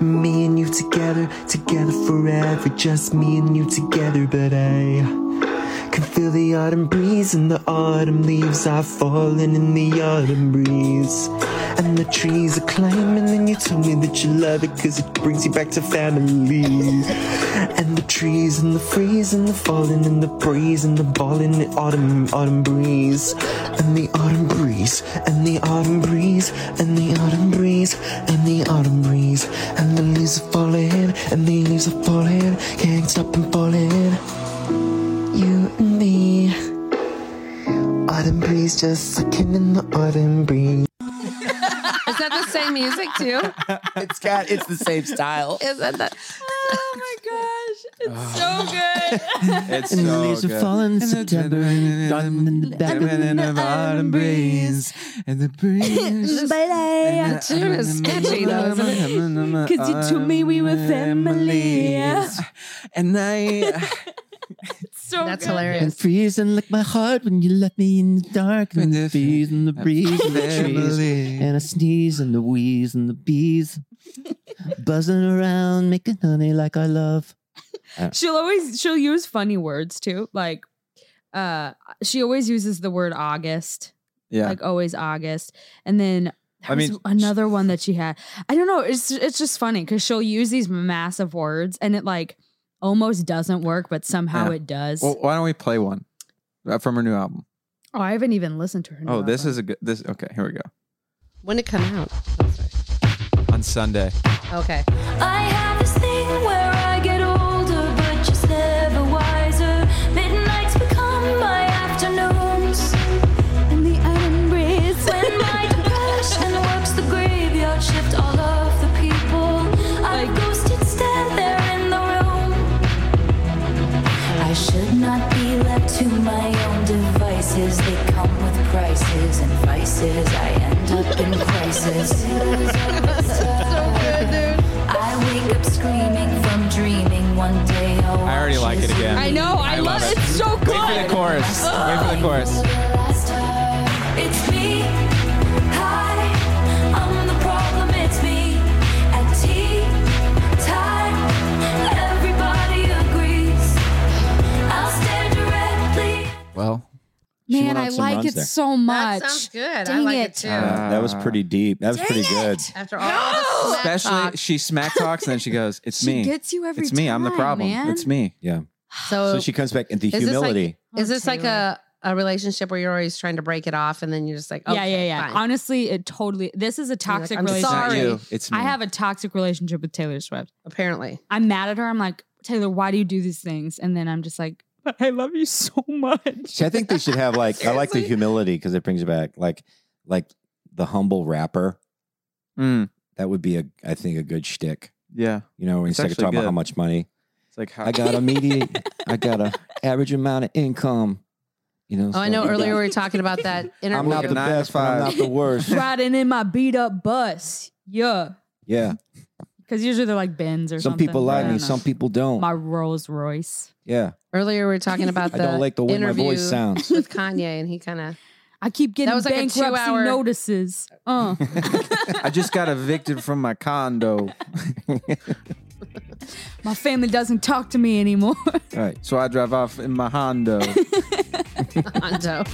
S11: Me and you together, together forever, just me and you together. But I can feel the autumn breeze and the autumn leaves are falling in the autumn breeze. And the trees are climbing, and you told me that you love it because it brings you back to family. And the trees and the freeze and the falling and the breeze and the ball in the autumn, autumn breeze. And the autumn breeze, and the autumn breeze, and the autumn breeze, and the autumn breeze. And the leaves are falling, and the leaves are falling, can't stop them falling. You and me. Autumn breeze just sucking in the autumn breeze.
S4: Is that the same music too?
S9: it's got it's the same style.
S4: Is that the?
S2: Oh my gosh. It's so good.
S3: It's
S9: and the
S3: so
S9: leaves
S3: good.
S9: have fallen in
S3: And the-
S9: September. Gone in the back.
S3: of autumn breeze and the breeze.
S2: Ballet.
S4: Tune is sketchy though. isn't it?
S3: Because
S2: you told me we were family.
S3: And I.
S2: So
S4: That's
S2: good.
S9: And
S4: hilarious.
S9: freeze and lick my heart when you left me in the dark. And the freeze and the breeze and the trees.
S3: Family.
S9: And I sneeze and the wheeze and the bees. Buzzing around, making honey like I love.
S2: She'll always she'll use funny words too. Like uh she always uses the word August.
S3: Yeah.
S2: Like always August. And then there
S3: I
S2: was
S3: mean,
S2: another one that she had. I don't know. It's it's just funny because she'll use these massive words and it like almost doesn't work, but somehow
S3: Yeah.
S2: it does.
S3: well, why don't we play one Uh, from her new album?
S2: oh, I haven't even listened to her.
S3: oh, this is a good. This okay. Here we go.
S4: When it come out?
S3: On Sunday.
S4: Okay.
S12: I have this thing where I get older, but just never wiser. Midnights become my afternoons, and the autumn breeze. When my depression works the graveyard shift, all of the people I ghosted stand there in the room. I should not be left to my own devices. They come with prices and vices. I end up in crisis. I wake up screaming from dreaming one day. oh, I
S3: I already like it again.
S2: I know. I, love, it. It's so good.
S3: Wait for the chorus. Wait for the chorus.
S12: It's me. Hi, I'm the problem. It's me. At tea time, everybody agrees. I'll stand directly.
S3: Well,
S1: She
S2: Man,
S1: went on
S2: I
S1: some
S2: like
S1: runs
S2: it
S1: there.
S2: so much.
S4: That sounds good. I
S2: Dang
S4: like it,
S2: it. Uh,
S4: too.
S1: that was pretty deep. That was pretty good.
S4: After all the smack
S3: especially
S4: talk.
S3: she smack talks and then she goes, "It's
S2: She
S3: me.
S2: gets you every
S3: It's me. I'm the
S2: time,
S3: problem.
S2: man.
S3: It's me."
S1: Yeah.
S4: So,
S1: So she comes back and the
S4: is this like-
S1: humility.
S4: is this like a, a relationship where you're always trying to break it off and then you're just like, okay,
S2: yeah, yeah, yeah.
S4: fine.
S2: Honestly, it totally. This is a toxic
S4: I'm
S3: It's
S2: relationship.
S3: not
S4: Sorry.
S3: you. It's me.
S2: I have a toxic relationship with Taylor Swift.
S4: Apparently.
S2: I'm mad at her. I'm like, Taylor, why do you do these things? And then I'm just like, but I love you so much.
S1: See, I think they should have like I like the
S4: Seriously?
S1: humility because it brings you back like like the humble rapper.
S3: Mm,
S1: That would be a I think a good shtick.
S3: yeah.
S1: You know,
S3: It's
S1: instead of
S3: actually
S1: talking about how
S3: good.
S1: much money
S3: It's like how
S1: I got a median, I got a average amount of income. You know,
S4: Oh, I
S1: so
S4: know
S1: you
S4: earlier we
S1: got-
S4: were talking about that
S1: I'm
S4: interview.
S1: not the
S3: Nine to
S1: best, but I'm
S3: five.
S1: not the worst.
S2: Riding in my beat up bus. Yeah.
S1: yeah,
S2: Because usually they're like Benz or
S1: some
S2: something.
S1: people
S2: I
S1: like
S2: don't
S1: me,
S2: know.
S1: some people don't.
S2: My Rolls Royce.
S1: yeah,
S4: earlier we were talking about
S1: I
S4: the
S1: don't like the way my
S4: interview
S1: voice sounds.
S4: with Kanye and he kind of
S2: I keep getting
S4: was like a
S2: bankruptcy
S4: two-hour-
S2: notices. Uh.
S3: I just got evicted from my condo.
S2: my family doesn't talk to me anymore.
S3: All right, so I drive off in my Hondo.
S4: Hondo.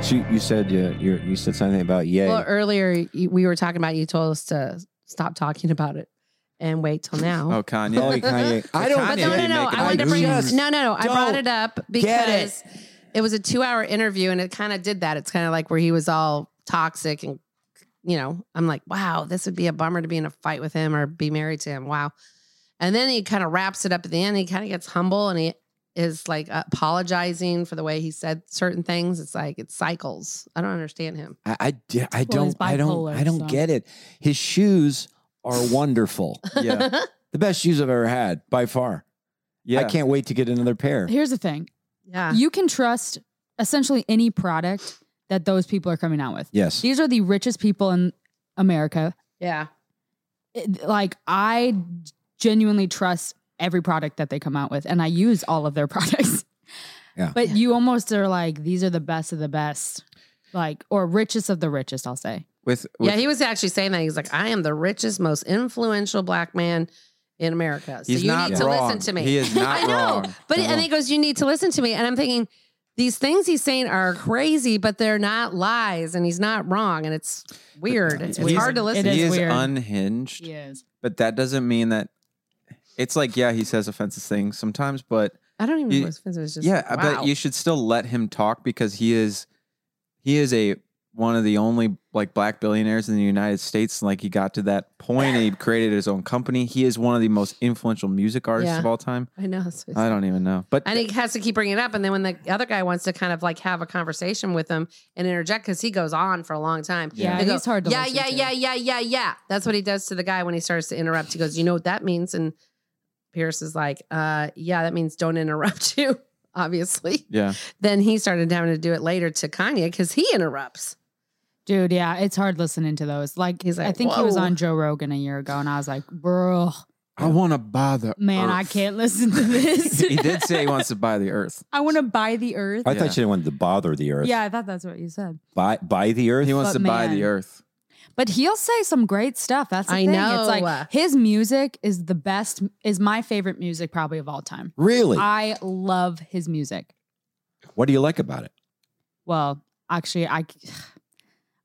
S1: So you, you said uh, you you said something about yay.
S4: Well, earlier you, we were talking about you told us to stop talking about it and wait till now.
S3: Oh, Kanye.
S1: Oh, Kanye. I don't
S4: But
S3: Kanye
S4: no, no,
S3: be
S4: no.
S3: making
S4: I wanted to
S3: moves.
S4: bring no, no, no. I brought
S1: Don't
S4: it up
S1: get it.
S4: because it. was a two-hour interview, and it kind of did that. It's kind of like where he was all toxic, and you know, I'm like, wow, this would be a bummer to be in a fight with him or be married to him. Wow. And then he kind of wraps it up at the end. He kind of gets humble, and he is like apologizing for the way he said certain things. It's like it cycles. I don't understand him.
S1: I, I, di- I
S2: Well, he's
S1: don't I don't
S2: bipolar,
S1: I don't
S2: so.
S1: get it. His shoes are wonderful.
S3: Yeah,
S1: the best shoes I've ever had by far.
S3: yeah.
S1: I can't wait to get another pair.
S2: Here's the thing
S4: Yeah.
S2: you can trust essentially any product that those people are coming out with.
S1: Yes.
S2: These are the richest people in America.
S4: yeah.
S2: It- like I genuinely trust every product that they come out with, and I use all of their products.
S1: Yeah.
S2: But you almost are like these are the best of the best, like or richest of the richest. I'll say.
S3: With, with
S4: Yeah, he was actually saying that. He's like, I am the richest, most influential black man in America. So
S3: He's
S4: you
S3: not
S4: need to
S3: wrong.
S4: listen to me.
S3: He is not
S4: I know.
S3: wrong.
S4: But
S3: He's
S4: and he goes, You need to listen to me. And I'm thinking, these things he's saying are crazy, but they're not lies, and he's not wrong, and it's weird. It's
S3: He's-
S4: hard to listen.
S2: It
S3: he
S2: is
S3: is
S2: weird.
S3: unhinged.
S2: Yes.
S3: but that doesn't mean that it's like yeah he says offensive things sometimes but
S4: I don't even
S3: You-
S4: know. It's just
S3: yeah
S4: wow.
S3: but you should still let him talk because he is he is a one of the only like black billionaires in the United States. And like he got to that point, and he created his own company. He is one of the most influential music artists
S4: Yeah.
S3: of all time.
S4: I know. that's what
S3: I don't even know, but
S4: and he has to keep bringing it up. And then when the other guy wants to kind of like have a conversation with him and interject, because he goes on for a long time.
S2: Yeah,
S4: They go,
S2: he's hard to
S4: Yeah,
S2: listen
S4: yeah,
S2: to."
S4: yeah, yeah, yeah, yeah. That's what he does to the guy when he starts to interrupt. He goes, "You know what that means?" And Pierce is like, "Uh, yeah, that means don't interrupt you." Obviously.
S3: yeah,
S4: Then he started having to do it later to Kanye because he interrupts.
S2: Dude, yeah, it's hard listening to those. Like,
S4: He's like,
S2: I think he was
S4: "Whoa."
S2: on Joe Rogan a year ago, and I was like, bro,
S3: I want to buy the
S2: man,
S3: earth.
S2: I can't listen to this.
S3: he did say he wants to buy the earth.
S2: I want to buy the earth.
S1: I
S3: Yeah.
S1: thought you didn't want to bother the earth.
S2: Yeah, I thought that's what you said.
S1: Buy, buy the earth.
S3: He wants
S2: But
S3: to buy the
S2: man.
S3: earth.
S2: But he'll say some great stuff. That's the
S4: I
S2: thing.
S4: know.
S2: It's like his music is the best, is my favorite music probably of all time.
S1: Really?
S2: I love his music.
S1: what do you like about it?
S2: Well, actually, I,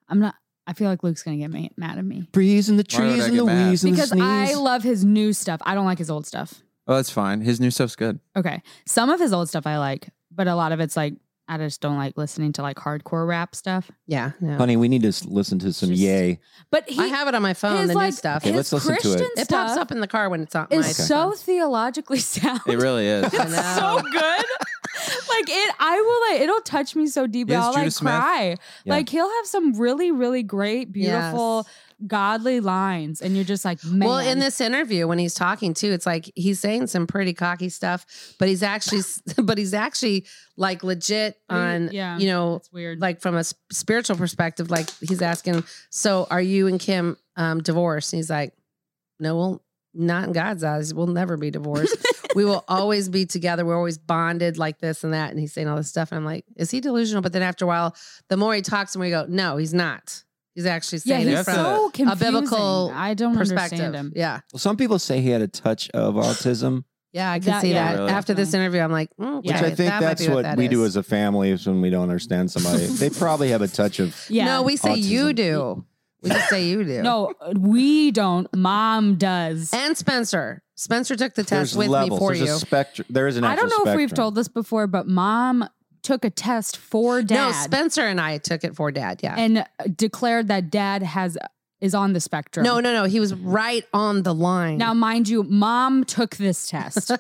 S2: I'm not. I feel like Luke's gonna get ma- mad at me
S8: Breeze in the
S3: Why would
S8: trees
S3: I
S8: and the
S3: get mad?
S8: wheeze and the
S2: because I
S8: sneeze.
S2: love his new stuff. I don't like his old stuff.
S3: Oh, that's fine. His new stuff's good.
S2: Okay, some of his old stuff I like, but a lot of it's like I just don't like listening to like hardcore rap stuff.
S4: Yeah, no.
S1: Honey, we need to s- listen to some
S2: Just-
S1: yay.
S2: But he,
S4: I have it on my phone.
S2: his,
S4: The new
S2: like,
S4: stuff.
S1: Okay,
S2: his
S1: let's listen to it.
S2: Christian
S4: It
S2: stuff
S4: pops up in the car when it's on my.
S2: is so
S4: phone.
S2: theologically sound.
S3: It really is.
S4: I
S2: so
S4: know.
S2: good. Oh. like it, I will like it'll touch me so deep.
S3: He
S2: that
S3: is
S2: I'll like
S3: Judas Smith.
S2: cry.
S1: Yeah.
S2: Like he'll have some really, really great, beautiful, godly lines, and you're just like, man.
S4: Well, in this interview, when he's talking too, it's like he's saying some pretty cocky stuff, but he's actually, but he's actually like legit on,
S2: yeah,
S4: you know,
S2: it's weird.
S4: like from a s- spiritual perspective. Like he's asking, so are you and Kim um, divorced? And he's like, no, we'll not in God's eyes. We'll never be divorced. we will always be together. We're always bonded like this and that. And he's saying all this stuff. And I'm like, is he delusional? But then after a while, the more he talks, and we go, no, he's not. He's actually
S2: yeah,
S4: saying
S3: You
S2: he's
S4: it
S3: have to-
S4: from
S2: so
S4: a
S2: confusing.
S4: biblical
S2: I don't
S4: perspective.
S2: understand him.
S4: Yeah.
S1: Well, some people say he had a touch of autism,
S4: Yeah, I can
S2: That-
S4: see
S2: yeah,
S4: that.
S3: really.
S4: After this interview, I'm like, mm,
S1: which
S2: Yeah,
S1: I
S4: okay,
S1: think
S4: that might
S1: that's
S4: be
S1: what,
S4: that
S1: we do
S4: is.
S1: as a family is when we don't understand somebody. they probably have a touch of.
S2: Yeah.
S4: No, we say you
S1: Autism.
S4: do. We just say you do.
S2: No, we don't. Mom does.
S4: And Spencer. Spencer took the test
S1: There's
S4: with
S1: levels.
S4: me for
S1: There's
S4: you.
S1: a spectrum. There is an.
S2: I don't know
S1: actual
S2: if we've
S1: spectrum.
S2: told this before, but mom took a test for dad
S4: No, Spencer and I took it for dad. Yeah.
S2: and declared that dad has is on the spectrum.
S4: no, no, no. He was right on the line.
S2: Now, mind you, mom took this test.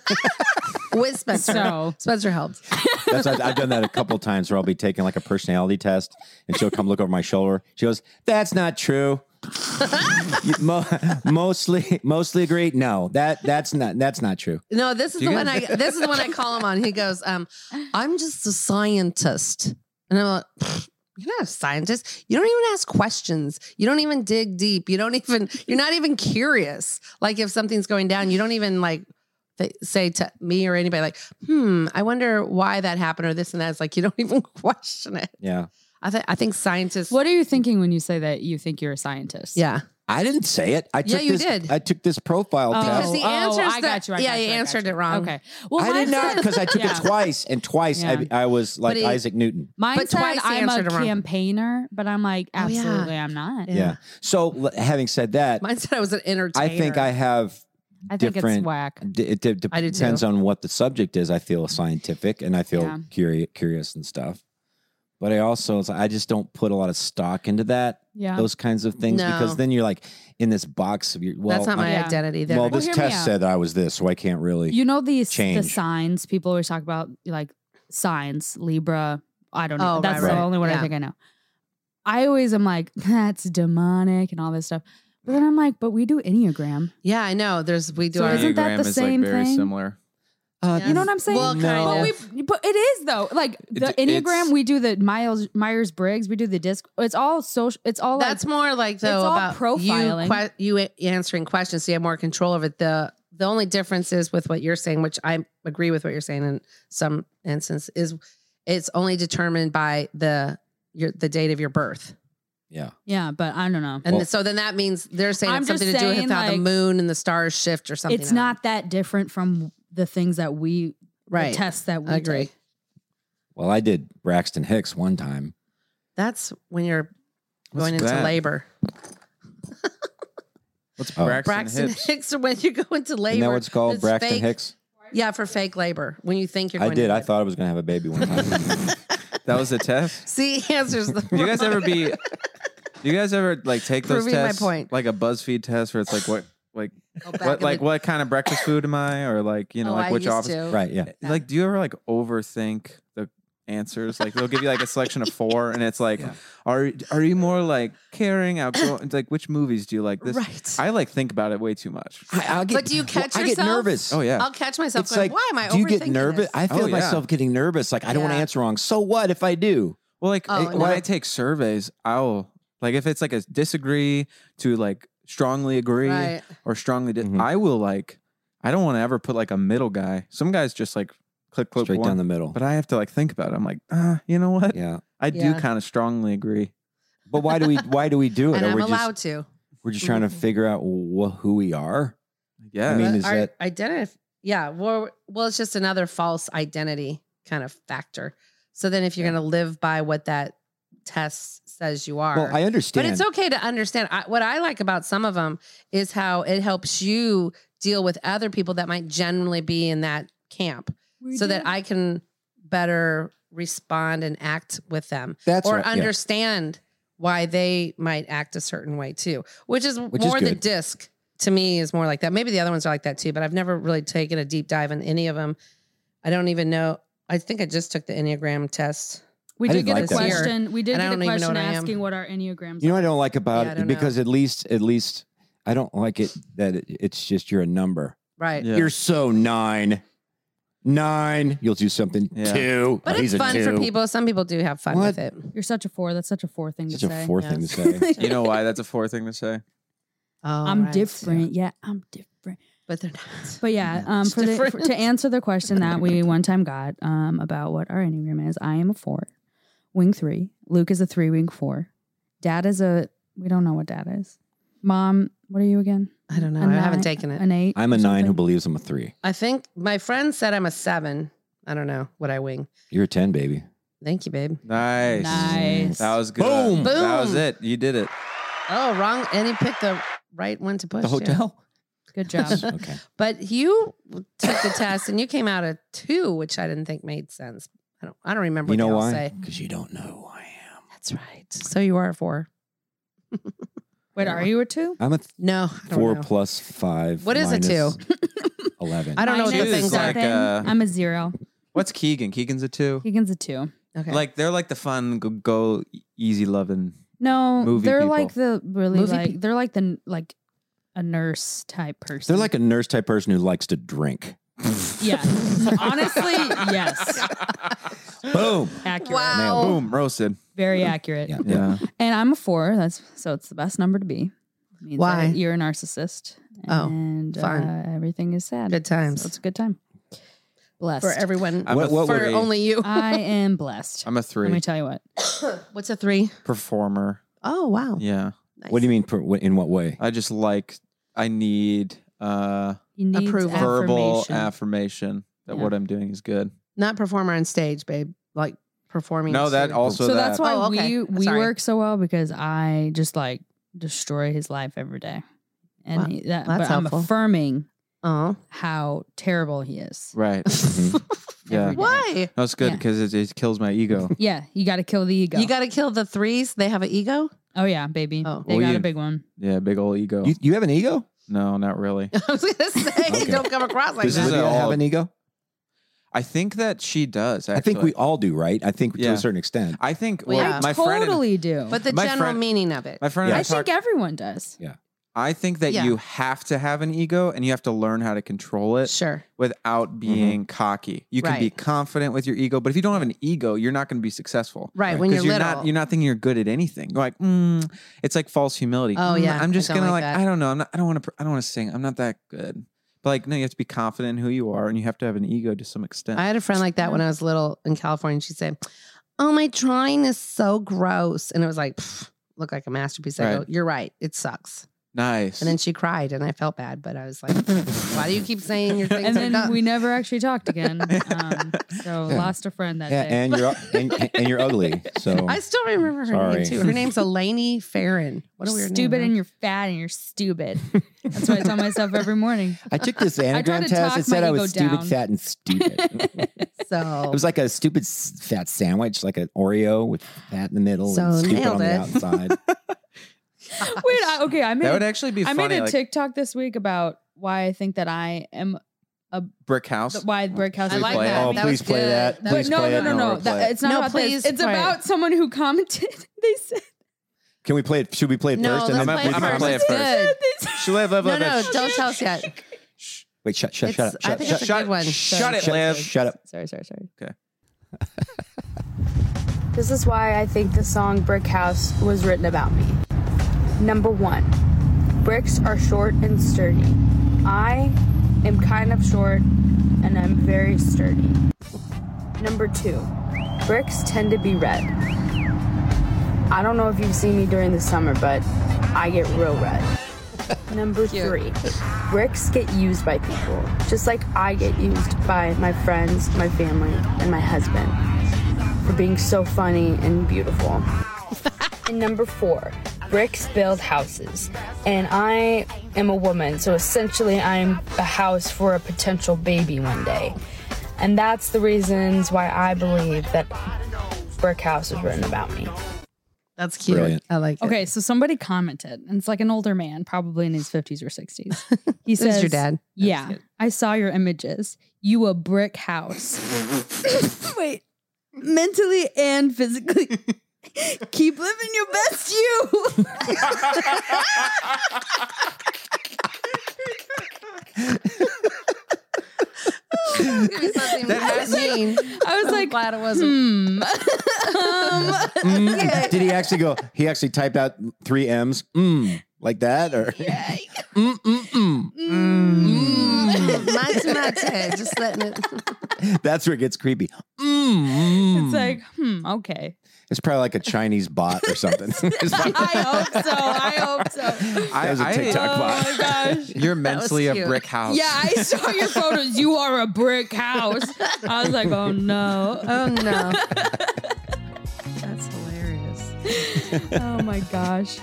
S4: with Spencer.
S2: So-
S4: Spencer helped.
S1: That's, I've, I've done that a couple times where I'll be taking like a personality test and she'll come look over my shoulder. She goes, "That's not true." You- mo- mostly, mostly agree. No, that that's not that's not true.
S4: No, this is the one I this is the one I call him on. He goes, um, I'm just a scientist. And I'm like, "Pfft, you're not a scientist. You don't even ask questions. You don't even dig deep. You don't even you're not even curious. Like if something's going down, you don't even like th- say to me or anybody like, hmm, I wonder why that happened or this and that. It's like you don't even question it.
S1: Yeah,
S4: I think I think scientists
S2: what are you thinking when you say that you think you're a scientist?
S4: Yeah.
S1: I didn't say it. I took
S4: Yeah, you
S1: this,
S4: did.
S1: I took this profile
S2: Oh,
S1: test.
S4: Because the
S2: oh,
S4: answers
S2: I
S4: that-
S2: got you. I
S4: yeah,
S2: got
S4: you
S2: I got
S4: answered
S2: you.
S4: it wrong.
S2: Okay. Well,
S1: I
S2: mine
S1: did not
S2: said-
S1: because I took
S2: yeah.
S1: it twice, and twice
S2: Yeah.
S1: I, I was like
S4: But he-
S1: Isaac Newton.
S2: Mine
S4: But
S2: said
S4: twice he
S2: I'm a
S4: answered it wrong.
S2: campaigner, but I'm like,
S4: Oh, yeah.
S2: absolutely, I'm not.
S1: Yeah. So l- having said that,
S4: Mine said I was an entertainer.
S1: I think I have.
S2: I think
S1: Different-
S2: it's whack.
S1: D- it d- d-
S4: I do too.
S1: depends on what the subject is. I feel scientific and I feel
S2: Yeah.
S1: curious, curious and stuff. But I also, it's- I just don't put a lot of stock into that,
S2: Yeah.
S1: those kinds of things,
S4: No.
S1: because then you're like in this box of your. Well,
S4: That's not my
S1: I'm-
S2: Yeah.
S4: identity. There.
S1: well,
S2: Well,
S1: this
S2: hear me
S1: test
S2: out.
S1: said I was this, so I can't really.
S2: You know these the
S1: Change.
S2: signs people always talk about, like signs, Libra. I don't know.
S4: Oh,
S2: That's
S4: right,
S2: the
S1: right.
S2: only one I
S4: Yeah.
S2: think I know. I always am like, that's demonic and all this stuff. But then I'm like, but we do Enneagram.
S4: yeah, I know. There's we do
S2: So
S4: our
S2: isn't that the
S3: Enneagram is
S2: same
S3: like very
S2: thing?
S3: similar.
S1: Uh,
S2: You know what I'm saying?
S4: Well, kind
S2: But
S4: of.
S2: we, but it is though. Like the
S3: It- it's-
S2: Enneagram, we do the Miles Myers Briggs, we do the disc. It's all social. It's all
S4: That's
S2: like,
S4: more like though
S2: all
S4: about
S2: profiling.
S4: you que- you answering questions, so you have more control of it. The the only difference is with what you're saying, which I agree with what you're saying in some instance, is it's only determined by the your the date of your birth,
S1: yeah.
S2: yeah. But I don't know.
S4: and
S1: Well-
S4: so then that means they're saying
S2: I'm
S4: it's something
S2: just
S4: to do with
S2: saying,
S4: how the
S2: like,
S4: moon and the stars shift or something.
S2: It's not that different from the things that we the
S4: right.
S2: tests that we
S4: I agree.
S2: take.
S1: Well, I did Braxton Hicks one time.
S4: That's when you're
S3: What's
S4: going into
S3: that?
S4: labor.
S3: What's
S1: Oh.
S3: Braxton,
S4: Braxton
S3: Hicks?
S4: Hicks. are when you go into labor.
S1: Isn't that what it's called? Braxton
S4: fake-
S1: Hicks?
S4: Yeah, for fake labor when you think you're.
S1: I
S4: going to
S1: did. I
S4: labor.
S1: thought I was going to have a baby one time.
S3: That was a test.
S4: See, he answers the.
S3: Do you guys ever be? Do you guys ever like take those
S4: Proving my
S3: tests?
S4: point.
S3: Like a BuzzFeed test where it's like what, like
S4: back in
S3: what, like
S4: the-
S3: what kind of breakfast food am I, or like you know,
S4: Oh,
S3: like
S4: I
S3: which
S4: used
S3: office?
S4: to.
S1: Right, yeah.
S3: Like, do you ever like overthink the answers? Like they'll give you like a selection of four, and it's like, are are you more like caring, outgoing? It's like which movies do you like? This.
S4: Right.
S3: I like think about it way too much.
S1: I, will get,
S4: But do you catch
S1: I get
S4: yourself?
S1: nervous.
S3: Oh yeah.
S4: I'll catch myself
S1: It's
S4: going,
S1: like,
S4: why am I
S1: do you get
S4: overthinking
S1: nervous?
S4: this?
S1: I feel
S3: Oh, yeah.
S1: myself getting nervous. Like, I don't want to
S4: Yeah.
S1: answer wrong. So what if I do?
S3: Well, like
S4: Oh,
S3: I-
S4: no.
S3: when I take surveys, I'll like if it's like a disagree to like strongly agree
S4: Right.
S3: or strongly, di-
S1: Mhm.
S3: I will like. I don't want to ever put like a middle guy. Some guys just like click click
S1: Straight
S3: one,
S1: down the middle.
S3: but I have to like think about it. I'm like, ah, you know what?
S1: yeah.
S3: I
S4: Yeah.
S3: do kind of strongly agree.
S1: But why do we why do we do it?
S4: and
S1: Are
S4: I'm
S1: we
S4: allowed
S1: just
S4: to.
S1: we're just trying to figure out wh- who we are?
S3: Yeah,
S1: I mean,
S4: But
S1: is
S4: our
S1: that-
S4: identity? Yeah. Well, well, it's just another false identity kind of factor. So then, if you're going to live by what that test says you are,
S1: Well, I
S4: but
S1: understand.
S4: it's okay to understand. I, what I like about some of them is how it helps you deal with other people that might generally be in that camp, so that I can better respond and act with them
S1: That's
S4: or
S1: right, yeah.
S4: understand why they might act a certain way too, which
S1: is
S4: is more the
S1: good.
S4: disc to me is more like that. Maybe the other ones are like that too, but I've never really taken a deep dive in any of them. I don't even know. I think I just took the Enneagram test.
S2: We
S1: I didn't
S2: did get
S1: like
S2: a
S1: that.
S2: question. We did
S4: And I
S2: get a
S4: don't even know
S2: question
S4: what I am.
S2: asking what our enneagrams.
S1: You know
S2: are.
S1: what I don't like about
S4: Yeah, I
S1: it
S4: don't
S1: because at least at least I don't like it that it, it's just you're a number.
S4: Right.
S3: Yeah.
S1: You're so nine. Nine. You'll do something
S3: Yeah.
S1: two.
S4: But
S1: Oh, he's
S4: it's
S1: a
S4: fun
S1: two.
S4: for people. Some people do have fun
S1: What?
S4: with it.
S2: You're such a four. That's such a four thing
S1: Such
S2: to
S1: a
S2: say.
S1: four thing to say.
S3: you know why that's a four thing to say.
S4: Oh,
S2: I'm
S4: right.
S2: different. Yeah. I'm different.
S4: But they're not.
S2: But yeah, um,
S4: It's
S2: for the,
S4: different.
S2: for- to answer the question that we one time got um, about what our enneagram is, I am a four, wing three. Luke is a three, wing four. Dad is a we don't know what dad is. Mom, what are you again?
S4: I don't know.
S2: A
S4: I haven't
S2: nine-
S4: taken it.
S2: An eight.
S1: I'm a
S2: or
S1: nine who
S2: something?
S1: believes I'm a three.
S4: I think my friend said I'm a seven. I don't know what I wing.
S1: You're a ten, baby.
S4: Thank you, babe.
S3: Nice.
S2: Nice.
S3: That was good.
S1: Boom.
S3: That was
S4: Boom.
S3: it. You did it.
S4: Oh, wrong. And he picked the right one to push.
S1: The
S4: yeah.
S1: hotel.
S2: Good job.
S1: Okay.
S4: But you took the test and you came out a two, which I didn't think made sense. I don't. I don't remember.
S1: You know
S4: what they
S1: why?
S4: all Say.
S1: Because you don't know who I am.
S4: That's right. So you are a four.
S2: Wait, are you a two?
S1: I'm a th-
S4: No, I don't
S1: four
S4: know.
S1: plus five.
S4: What is a
S1: minus Eleven.
S4: I don't know what the
S3: Minus
S4: things
S3: like,
S4: are.
S3: uh,
S2: I'm a zero.
S3: What's Keegan? Keegan's a two.
S2: Keegan's a two.
S4: Okay.
S3: Like they're like the fun go, go easy loving.
S2: No,
S3: Movie
S2: they're
S3: people.
S2: like the really
S4: Movie
S2: like
S4: pe-
S2: they're like the like a nurse type person.
S1: They're like a nurse type person who likes to drink.
S2: yeah. Honestly, yes.
S1: Boom.
S2: Accurate.
S4: wow.
S2: Oh.
S3: Boom, roasted.
S2: Very accurate.
S1: Yeah.
S3: Yeah.
S2: And I'm a four. That's so it's the best number to be. It means
S4: Why?
S2: that you're a narcissist.
S4: Oh,
S2: and
S4: fun.
S2: Uh, everything is sad.
S4: Good times
S2: So it's a good time. Blessed.
S4: for everyone.
S3: I'm a
S4: for
S3: three.
S4: only you.
S2: I am blessed.
S3: I'm a
S2: Let
S3: three
S2: me tell you what.
S4: Uh, What's a three?
S3: performer.
S4: Oh wow.
S3: Yeah.
S4: Nice.
S1: What do you mean? Per, what, in what way?
S3: I just like I need uh
S2: You need
S4: Approval.
S3: verbal
S4: Affirmation.
S3: affirmation that
S2: Yeah.
S3: what I'm doing is good.
S4: Not performer on stage, babe. Like performing.
S3: No, that
S4: to-
S3: also
S2: So,
S3: that
S2: that's why
S4: Oh, okay.
S2: we we
S4: Sorry.
S2: work so well because I just like destroy his life every day, and
S4: Wow.
S2: he, that,
S4: That's
S2: but I'm
S4: helpful.
S2: affirming
S4: Oh.
S2: how terrible he is.
S3: right.
S1: Mm-hmm. Mhm.
S3: Yeah.
S2: every day.
S4: Why?
S3: That's good
S2: Yeah.
S3: because it, it kills my ego.
S2: Yeah, you got to kill the ego.
S4: You got to kill the threes. They have an ego.
S2: oh yeah, baby,
S4: Oh.
S2: they
S3: Well,
S2: got
S3: you-
S2: a big one.
S3: Yeah, big old ego.
S1: You, you have an ego?
S3: no, not really.
S4: I was gonna say
S1: Okay.
S4: don't come across like
S3: This
S4: that.
S3: is
S1: Olivia
S10: Oh,
S3: all-
S1: have an ego?
S3: I think that she does. Actually.
S1: I think we all do, right? I think to
S3: Yeah.
S1: a certain extent.
S3: I think.
S4: Well,
S3: Well,
S4: yeah.
S3: my friend. And,
S2: totally do.
S4: but the
S3: My
S4: general
S3: friend-
S4: meaning of it.
S3: my friend.
S1: Yeah.
S3: And I,
S2: I think
S3: talked-
S2: everyone does.
S3: I think that
S4: Yeah.
S3: you have to have an ego and you have to learn how to control it
S4: Sure.
S3: without being cocky. You can be
S4: Right.
S3: confident with your ego, but if you don't have an ego, you're not going to be successful.
S4: Right. When you're,
S3: you're
S4: little.
S3: not you're not thinking you're good at anything. You're like, mm, it's like false humility.
S4: Oh,
S3: Mm,
S4: yeah.
S3: I'm just
S4: I don't
S3: gonna
S4: like
S3: like,
S4: that.
S3: I don't know. I'm not. I don't want to. I don't want to sing. I'm not that good. But like, no, you have to be confident in who you are, and you have to have an ego to some extent.
S4: I had a friend like that when I was little in California. She'd say, Oh, my drawing is so gross. And it was like, "Pfft, look like a masterpiece. I go,
S3: Right.
S4: You're right. It sucks.
S3: nice.
S4: And then she cried and I felt bad, but I was like, Why do you keep saying your things
S2: And
S4: are
S2: then
S4: done?
S2: we never actually talked again. Um, so lost a friend that
S1: Yeah,
S2: day.
S1: and you're and, and you're ugly. So
S4: I still remember her
S1: Sorry.
S4: name too. Her name's Elaney Farron. What a
S2: You're
S4: weird
S2: stupid
S4: name.
S2: and you're fat and you're stupid. That's what I tell myself every morning.
S1: I took this
S2: tried
S1: anagram
S2: to
S1: test.
S2: talk
S1: It said
S2: my
S1: I was
S2: ego
S1: stupid,
S2: down.
S1: fat, and stupid.
S4: So
S8: It was like a stupid s- fat sandwich, like an Oreo with fat in the middle
S4: So
S8: and stupid
S4: nailed
S8: on the
S4: it.
S8: outside.
S2: Wait, I, okay, I made
S3: that would
S2: a-
S3: actually be
S2: I
S3: funny.
S2: made a
S3: like
S2: TikTok this week about why I think that I am
S3: brick house.
S2: th- why Brick House.
S4: I
S3: Should we
S4: like
S3: play it?
S4: that.
S1: Oh,
S4: that
S1: please
S4: was
S1: play
S4: good.
S1: that.
S4: That
S2: But
S1: Please
S4: was
S2: no,
S1: play
S2: no,
S1: it.
S2: no,
S3: No,
S2: no.
S3: we'll
S2: that-
S3: play it.
S2: it's not
S4: No,
S2: about
S4: please
S2: this. It's
S4: play it.
S2: about someone who commented. They said,
S1: Can we play it? Should we play it
S4: No,
S1: first?
S4: let's
S1: then
S4: play it
S1: we can
S4: first.
S1: comment?
S3: play it
S4: It's
S3: first.
S4: good.
S2: this.
S3: Should live, live,
S4: No,
S3: live,
S4: no,
S3: live.
S4: don't tell us yet.
S8: Wait, shut, shut, shut
S4: It's-
S8: up.
S4: I
S8: Shut,
S4: think
S8: shut,
S4: it's a
S3: shut-
S4: good one.
S3: shut it,
S8: shut,
S3: Liv.
S8: shut up.
S2: Sorry, sorry, sorry.
S12: This is why I think the song Brick House was written about me. Number one, bricks are short and sturdy. I am kind of short and I'm very sturdy. Number two, bricks tend to be red. I don't know if you've seen me during the summer, but I get real red. Number three, bricks get used by people, just like I get used by my friends, my family, and my husband for being so funny and beautiful. and number four, bricks build houses. And I am a woman, so essentially I'm a house for a potential baby one day. And that's the reasons why I believe that Brick House was written about me.
S4: That's cute.
S1: Brilliant.
S4: I like it.
S2: Okay, so somebody commented, and it's like an older man, probably in his 50s or 60s. He
S4: This
S2: says,
S4: is your dad.
S2: Yeah, I saw your images. You a brick house. Wait, mentally and physically. Keep living your best you.
S3: That has-
S2: I was like,
S4: glad it wasn't.
S2: hmm.
S1: Mm. Did he actually go? He actually typed out three M's, mm, like that, or mm, mm,
S4: Mate, mate, just letting it.
S1: mm. That's where it gets creepy. Mm, mm.
S2: It's like, hmm, okay.
S1: It's probably like a Chinese bot or something. It's like-
S2: I hope so. I hope so.
S1: that was a
S3: I-
S1: TikTok
S2: Oh
S1: bot.
S2: my gosh.
S3: You're mentally a
S4: cute.
S3: brick house.
S2: Yeah, I saw your photos. You are a brick house. I was like, oh no.
S4: Oh no. That's hilarious.
S2: Oh my gosh.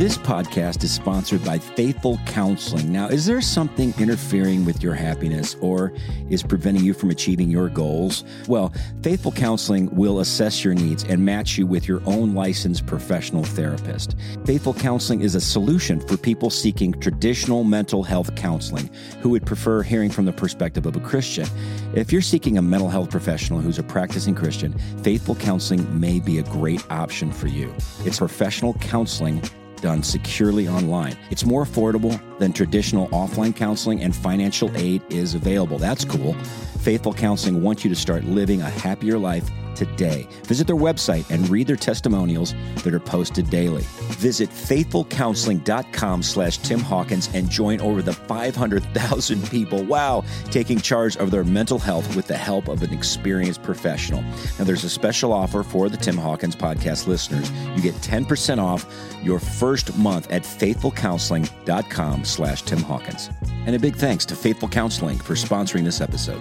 S1: This podcast is sponsored by Faithful Counseling. Now, is there something interfering with your happiness or is preventing you from achieving your goals? Well, Faithful Counseling will assess your needs and match you with your own licensed professional therapist. Faithful Counseling is a solution for people seeking traditional mental health counseling who would prefer hearing from the perspective of a Christian. If you're seeking a mental health professional who's a practicing Christian, Faithful Counseling may be a great option for you. It's professional counseling done securely online. It's more affordable than traditional offline counseling, and financial aid is available. That's cool. Faithful Counseling wants you to start living a happier life today. Visit their website and read their testimonials that are posted daily. Visit faithfulcounseling.com slash Tim Hawkins and join over the 500,000 people, wow, taking charge of their mental health with the help of an experienced professional. Now, there's a special offer for the Tim Hawkins podcast listeners. You get 10% off your first month at faithfulcounseling.com slash Tim Hawkins. And a big thanks to Faithful Counseling for sponsoring this episode.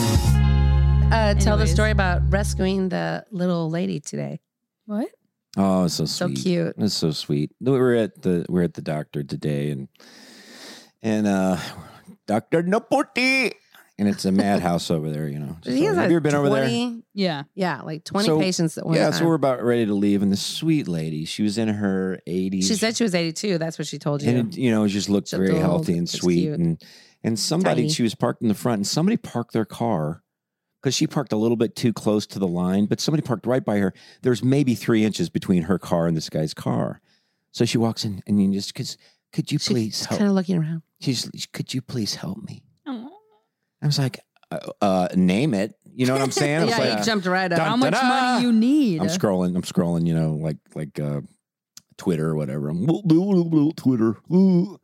S4: Uh, tell the
S2: Anyways.
S4: story about rescuing the little lady today.
S2: What?
S1: Oh, it's so
S4: So
S1: sweet.
S4: cute.
S1: It's so sweet. We were at the we are at the doctor today and and uh Dr. Naputi. And it's a madhouse over there, you know. So,
S4: He has
S1: have
S4: like
S1: you ever been
S4: 20,
S1: over there?
S2: Yeah.
S4: Yeah, like 20
S1: So-
S4: patients at one
S1: Yeah,
S4: time.
S1: so we're about ready to leave. And this sweet lady, she was in her 80s.
S4: she said she was 82. That's what she told you.
S1: and it, you know, it just looked
S4: She's
S1: very
S4: adorable.
S1: healthy and
S4: It's
S1: sweet.
S4: cute.
S1: And and somebody
S4: Tiny.
S1: she was parked in the front, and somebody parked their car because she parked a little bit too close to the line. But somebody parked right by her. There's maybe three inches between her car and this guy's car. So she walks in and you just because could you please
S4: She's
S1: help?
S4: kind of looking around.
S1: She's could you please help me? I was like, uh, uh name it. You know what I'm saying? I was
S4: yeah,
S1: like,
S4: he jumped right
S1: Dun-
S4: up.
S2: How much
S1: Ta-da!
S2: money you need?
S1: I'm scrolling. I'm scrolling. You know, like like uh, Twitter or whatever. I'm "Woo, woo, woo, woo, Twitter, woo."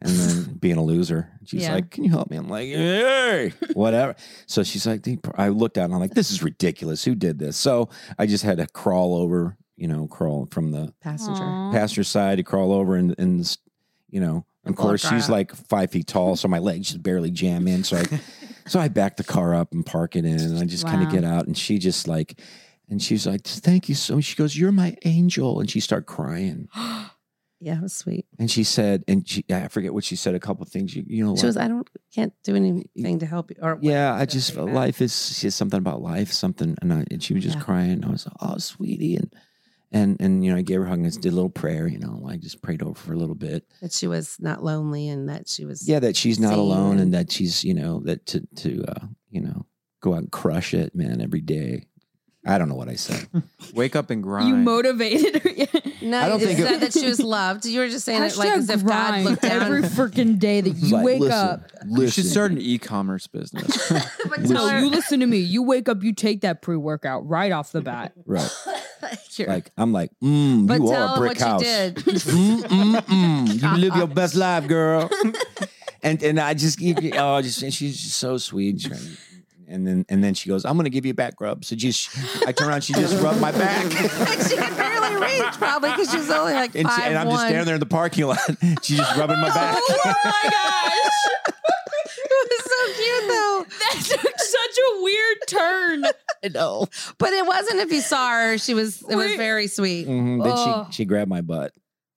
S1: and then being a loser. She's
S2: Yeah.
S1: like, "Can you help me?" I'm like, "Hey, whatever." So she's like, "They- "I looked out and I'm like, this is ridiculous. Who did this?" So I just had to crawl over. You know, crawl from the
S4: Passenger.
S2: Aw.
S1: passenger side to crawl over and and you know of course
S4: her
S1: she's
S4: up.
S1: like five feet tall so my legs just barely jam in so i so i back the car up and park it in and i just kind
S2: Wow.
S1: of get out and she just like and she's like thank you so much she goes you're my angel and she started crying
S4: Yeah, it was sweet.
S1: And she said, and she, I forget what she said, a couple things. You, you know,
S4: She
S1: like-
S4: was, I don't, can't do anything to help you. Or
S1: yeah, I just felt life is she said something about life, something, and I, and she was just
S4: Yeah.
S1: crying. And I was like, oh, sweetie, and and and you know, I gave her a hug and just did a little prayer. You know, I just prayed over for a little bit.
S4: that she was not lonely and that she was.
S1: Yeah, that she's not
S4: sane
S1: alone, and that she's you know that to to uh, you know go out and crush it, man, every day. I don't know what I said.
S3: Wake up and grind.
S2: You motivated her.
S4: No,
S1: I don't
S4: you
S1: think it-
S4: said that she was loved. You were just saying it like as if God looked down.
S2: every freaking day that you
S1: Like,
S2: wake
S1: listen,
S2: up.
S3: You should
S1: listen.
S3: start an e-commerce business.
S2: No, you listen to me. You wake up, you take that pre workout right off the bat.
S1: Right.
S4: You're-
S1: Like I'm like, mm,
S4: but
S1: you
S4: tell
S1: are a
S4: him what
S1: brick house.
S4: you did.
S1: mm, mm, mm. You live your best life, girl. and and I just give you oh just and she's just so sweet. She- And then and then she goes, I'm gonna give you a back rub. So just I turn around, she just rubbed my back.
S4: and she could barely reach, probably because she was only like
S1: And,
S4: five
S1: she, and I'm
S4: one.
S1: just standing there in the parking lot. She's just rubbing my back.
S4: It was so cute though.
S2: That took such a weird turn.
S4: I know, but it wasn't. If you saw her, she was. It was
S2: Wait.
S4: very sweet.
S1: Mhm. Then
S2: Oh.
S1: she she grabbed my butt.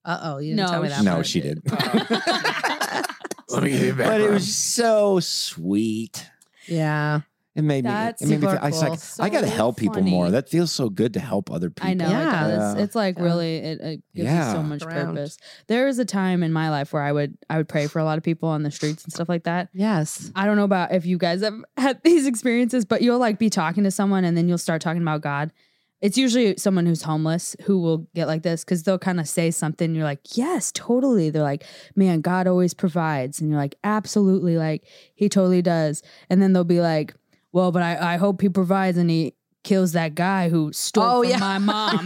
S4: Uh oh, you didn't
S2: No,
S4: tell me that.
S1: no,
S4: part.
S1: she did.
S10: Let me give you a
S1: but it
S10: rub.
S1: was so sweet.
S4: Yeah,
S1: It made
S4: That's
S1: me. It made me
S4: super
S1: feel, I was like,
S4: cool.
S1: I gotta
S2: So
S1: help people
S2: funny.
S1: more. That feels so good to help other people.
S2: I know.
S4: Yeah.
S2: It does.
S1: Yeah.
S2: It's like
S4: Yeah.
S2: really, it, it gives you so
S1: Yeah.
S2: much
S4: Ground.
S2: purpose. There was a time in my life where I would, I would pray for a lot of people on the streets and stuff like that.
S4: yes.
S2: I don't know about if you guys have had these experiences, but you'll like be talking to someone and then you'll start talking about God. It's usually someone who's homeless who will get like this because they'll kind of say something. you're like, yes, totally. They're like, man, God always provides. And you're like, absolutely. Like, he totally does. And then they'll be like, well, but I, I hope he provides and he kills that guy who stole
S4: Oh,
S2: from
S4: yeah.
S2: my mom.
S4: and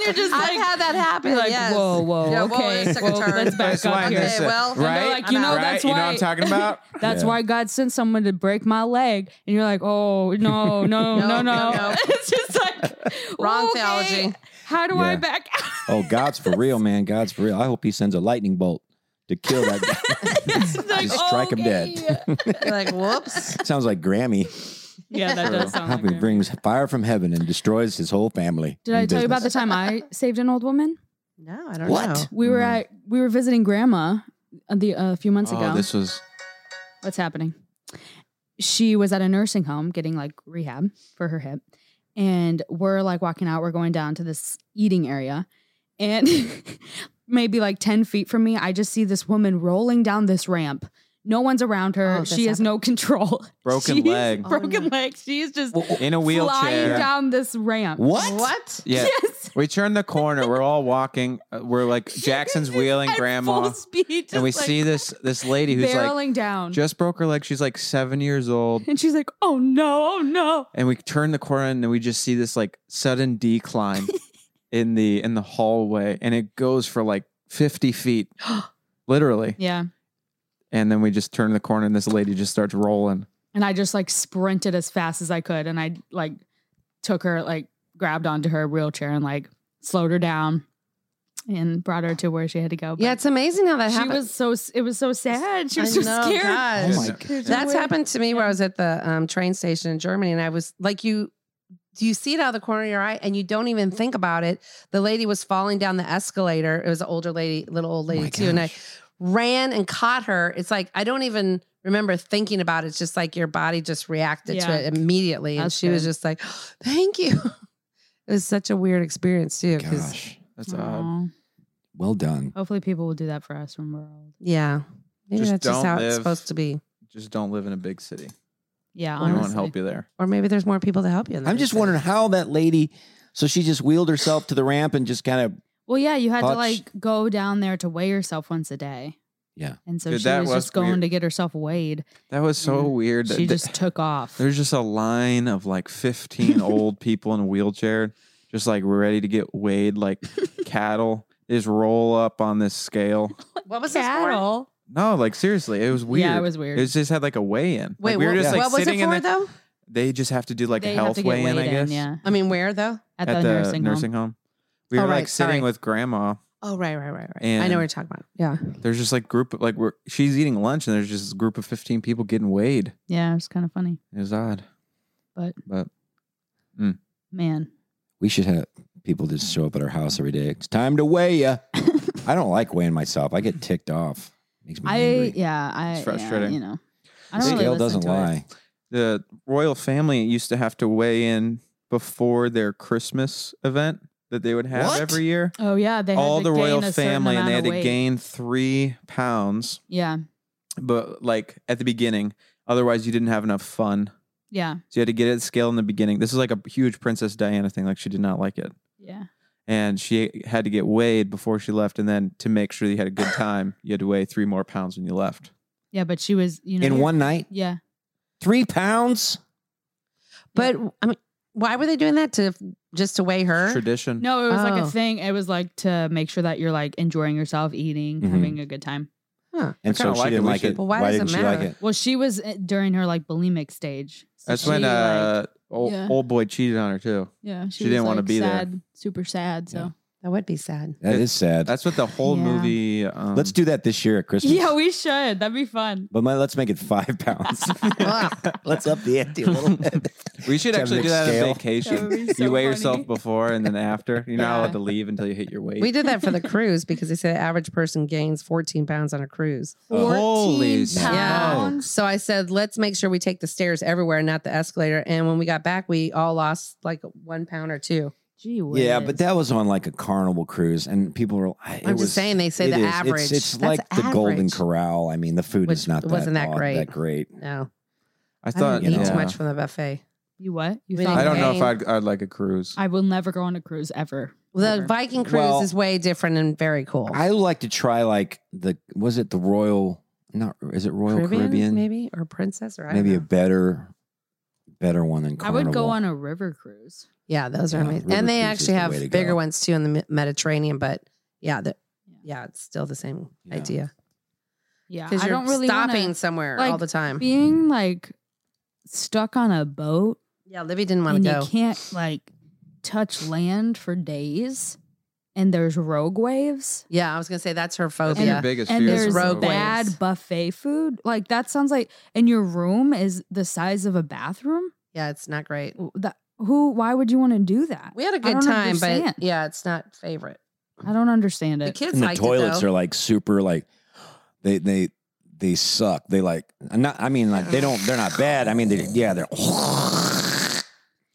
S2: you're just
S4: I've
S2: like-
S4: had that happen.
S2: You're like,
S4: yes.
S2: whoa, whoa,
S4: Yeah, whoa,
S2: okay.
S4: this took a
S2: whoa,
S4: turn.
S2: let's back
S3: That's
S2: up
S3: why
S2: here.
S3: this-
S4: Okay, well,
S2: And they're
S3: right?
S2: like, you
S4: I'm
S2: know,
S4: out.
S2: that's why.
S3: Right? You know what I'm talking about?
S2: That's
S1: Yeah.
S2: why God sent someone to break my leg. And you're like, oh, no, no, no, no.
S4: No, no, no.
S2: It's just like,
S4: Wrong
S2: okay,
S4: theology.
S2: How do I
S1: Yeah.
S2: back out?
S1: Oh, God's for real, man. God's for real. I hope he sends a lightning bolt to kill that guy.
S2: It's like,
S1: Just strike 'em dead.
S2: okay.
S4: You're like, whoops.
S1: Sounds like Grammy.
S2: yeah, that does sound
S1: How
S2: like
S1: he
S2: it.
S1: brings fire from heaven and destroys his whole family.
S2: Did I tell
S1: and
S2: you about the
S1: business.
S2: time I saved an old woman?
S4: No, I don't
S1: What?
S4: know.
S2: We were
S1: No.
S2: at we were visiting grandma uh, the uh, a few months ago.
S3: oh, this was
S2: what's happening. She was at a nursing home getting like rehab for her hip. And we're like walking out, we're going down to this eating area. And maybe like 10 feet from me, I just see this woman rolling down this ramp. No one's around her.
S4: Oh, this
S2: she has no control.
S3: Broken
S2: She's-
S3: leg.
S4: Oh,
S2: Broken
S4: no.
S2: leg. She is just
S3: in a
S2: flying
S3: wheelchair.
S2: down this ramp.
S1: What?
S4: What?
S3: Yeah.
S2: Yes.
S3: We turn the corner. We're all walking. uh, We're like Jackson's wheeling
S2: At
S3: grandma,
S2: Full speed,
S3: and we
S2: just, like,
S3: see this this lady who's
S2: barreling
S3: like
S2: down.
S3: just broke her leg. She's like seven years old,
S2: and she's like, oh no, oh no.
S3: and we turn the corner and then we just see this like sudden decline in the in the hallway, and it goes for like fifty feet, literally.
S2: Yeah.
S3: And then we just turn the corner, and this lady just starts rolling.
S2: And I just like sprinted as fast as I could. And I like took her, like grabbed onto her wheelchair and like slowed her down and brought her to where she had to go. Oh, But
S4: Yeah, it's amazing how that
S2: she
S4: happened.
S2: was so, it was so sad. She was
S4: I
S2: so
S4: know,
S2: scared.
S4: God.
S1: Oh my god.
S4: That's happened to me where I was at the um, train station in Germany, and I was like, you. Do you see it out of the corner of your eye, and you don't even think about it? The lady was falling down the escalator. It was an older lady, little
S1: Oh
S4: old lady too, and I ran and caught her. It's like I don't even remember thinking about it. It's just like your body just reacted
S2: Yeah.
S4: to it immediately, and
S2: That's
S4: she was
S2: good.
S4: just like, "Thank you." It was such a weird experience too, because
S1: Gosh.
S3: That's odd.
S2: Aw.
S1: Well done.
S2: Hopefully, people will do that for us when we're old.
S4: yeah, maybe
S3: Just
S4: that's just
S3: don't
S4: how it's
S3: live.
S4: supposed to be,
S3: Just don't live in a big city.
S2: Yeah,
S3: They won't
S2: honestly.
S3: help you there.
S4: or maybe there's more people to help you. in the
S1: I'm just
S4: business.
S1: wondering how that lady so she just wheeled herself to the ramp and just kind of
S2: Well, yeah, you had to
S1: Touch.
S2: like go down there to weigh yourself once a day.
S1: Yeah.
S2: And so
S3: Dude,
S2: she
S3: that
S2: was,
S3: was
S2: just going
S3: weird.
S2: to get herself weighed.
S3: That was so
S2: Mm.
S3: weird.
S2: She
S3: Th-
S2: just took off.
S3: There's just a line of like 15 old people in a wheelchair, just like ready to get weighed like cattle. They just roll up on this scale.
S4: what was this for?
S2: Cattle.
S3: No, like seriously, it was weird.
S2: Yeah, it was weird.
S3: It was just had like a weigh in.
S4: Wait,
S3: we were
S4: what,
S3: just
S4: what
S3: like
S4: was
S3: sitting
S4: it for
S3: in the,
S4: though?
S3: They just have to do like
S2: They
S3: a
S2: have
S3: health
S2: to get
S3: weigh in, I
S2: weighed
S3: guess.
S2: yeah.
S4: I mean, where though?
S2: At, the, nursing, home.
S3: We
S4: Oh,
S3: were like
S4: right,
S3: sitting
S4: sorry.
S3: with grandma.
S4: Oh, right, right, right, right. I
S3: And-
S4: know what you're talking about. Yeah.
S3: There's just like group of, like we're she's eating lunch and there's just this group of 15 people getting weighed.
S2: Yeah, it was kind of funny.
S3: It was odd.
S2: But-
S3: but
S2: Man.
S1: we should have people just show up at our house every day. It's time to weigh ya. I don't like weighing myself. I get ticked off. Makes me
S2: I
S1: angry.
S2: yeah, I
S3: It's
S2: yeah,
S3: frustrating.
S2: you know, I don't
S1: Scale
S2: really
S1: doesn't
S2: listen to It.
S1: lie.
S3: the royal family used to have to weigh in before their Christmas event that they would have
S9: What?
S3: every year.
S2: Oh yeah, they had
S3: All
S2: to
S3: the royal
S2: gain a certain
S3: family, and they had
S2: amount
S3: to
S2: of weight.
S3: gain three pounds,
S2: Yeah,
S3: but like at the beginning, otherwise you didn't have enough fun.
S2: yeah,
S3: So you had to get it scale in the beginning. This is like a huge Princess Diana thing. Like she did not like it,
S2: yeah.
S3: and she had to get weighed before she left, and then to make sure you had a good time, you had to weigh three more pounds when you left.
S2: Yeah, but she was, you know,
S8: in
S2: you're-
S8: one night.
S2: Yeah,
S8: Three pounds.
S4: But I mean, why were they doing that to just to weigh her?
S3: Tradition.
S2: no, it was like a
S4: Oh.
S2: thing. It was like to make sure that you're like enjoying yourself, eating,
S3: Mm-hmm.
S1: Mhm.
S2: having a good time.
S1: And
S3: I kinda
S1: so she
S3: like it.
S1: didn't
S3: We
S1: like
S3: should-
S1: it.
S4: Well, why does it
S1: didn't she
S4: matter?
S1: like it?
S2: Well, she was uh, during her like bulimic stage. So
S3: That's
S2: she,
S3: when
S2: like,
S3: uh, old,
S2: Yeah.
S3: old boy cheated on her too.
S2: yeah, she,
S3: she didn't
S2: was,
S3: wanna
S2: like,
S3: be there.
S2: sad, Super sad. So
S4: That would be sad.
S1: That
S3: It-
S1: is sad.
S3: That's what the whole
S2: Yeah.
S3: movie. Um,
S1: let's do that this year at Christmas.
S2: yeah, we should. That'd be fun.
S1: but my, let's make it five pounds.
S9: Let's up the ante a little bit.
S3: We should
S1: Have
S3: actually
S1: an
S3: do that
S1: scale.
S3: on vacation.
S2: That would be so
S3: you weigh
S2: funny.
S3: yourself before and then after. You're not
S2: Yeah.
S3: allowed to leave until you hit your weight.
S4: We did that for the cruise because they say the average person gains 14 pounds on a cruise.
S3: Holy
S4: Yeah. So I said, let's make sure we take the stairs everywhere, not the escalator. And when we got back, we all lost like one pound or two.
S2: Gee whiz.
S1: yeah, but that was on like a carnival cruise, and people were. I- It
S4: I'm
S1: was,
S4: just saying they say
S1: it
S4: the
S1: is. It's-
S4: average.
S1: It's,
S4: That's
S1: like the Golden
S4: average.
S1: Corral. I mean, the food
S4: Which
S1: is not that
S4: wasn't that
S1: odd-
S4: great.
S1: That great.
S4: No,
S3: I
S4: I, thought
S3: thought.
S4: didn't eat
S3: yeah.
S4: too much from the buffet.
S2: you what? You
S4: We
S2: thought
S3: I
S4: didn't
S3: don't know
S4: Okay.
S3: if I'd, I'd like a cruise.
S2: I will never go on a cruise ever.
S4: The
S2: ever.
S4: Viking cruise
S1: Well-
S4: is way different and very cool.
S1: I would like to try like the was it the Royal? Not is it Royal Caribbean?
S4: maybe or Princess or I
S1: Maybe
S4: don't
S1: a
S4: know.
S1: better, better one than
S2: I
S1: carnival.
S2: would go on a river cruise.
S4: yeah, those are
S1: Yeah,
S4: amazing.
S1: river
S4: And they
S1: cruise is the
S4: actually have
S1: way to
S4: bigger
S1: go.
S4: ones too in the Me- Mediterranean, but yeah, the, yeah, it's still the same
S1: Yeah.
S4: idea
S2: Yeah,
S4: because
S2: I
S4: you're
S2: don't really wanna-
S4: stopping somewhere all
S2: like,
S4: the time.
S2: being like stuck on a boat
S4: yeah, Libby didn't want
S2: and
S4: to
S2: you
S4: go.
S2: can't like touch land for days, and there's rogue waves.
S4: Yeah, I was gonna say that's her
S3: That's
S4: phobia.
S3: your biggest
S2: and
S3: fear. is
S2: there's
S4: rogue
S3: waves.
S2: bad
S4: waves.
S2: buffet food. Like that sounds like, and your room is the size of a bathroom.
S4: yeah, it's not great.
S2: W- That who? Why would you want to do that?
S4: We had a
S2: I
S4: good
S2: don't
S4: time,
S2: understand.
S4: but yeah, it's not favorite.
S2: I don't understand
S4: The
S2: it.
S4: kids
S1: And the
S4: liked
S1: toilets
S4: it though.
S1: are like super like they they they suck. They like not. I mean, like they don't. They're not bad. I mean, they yeah. They're.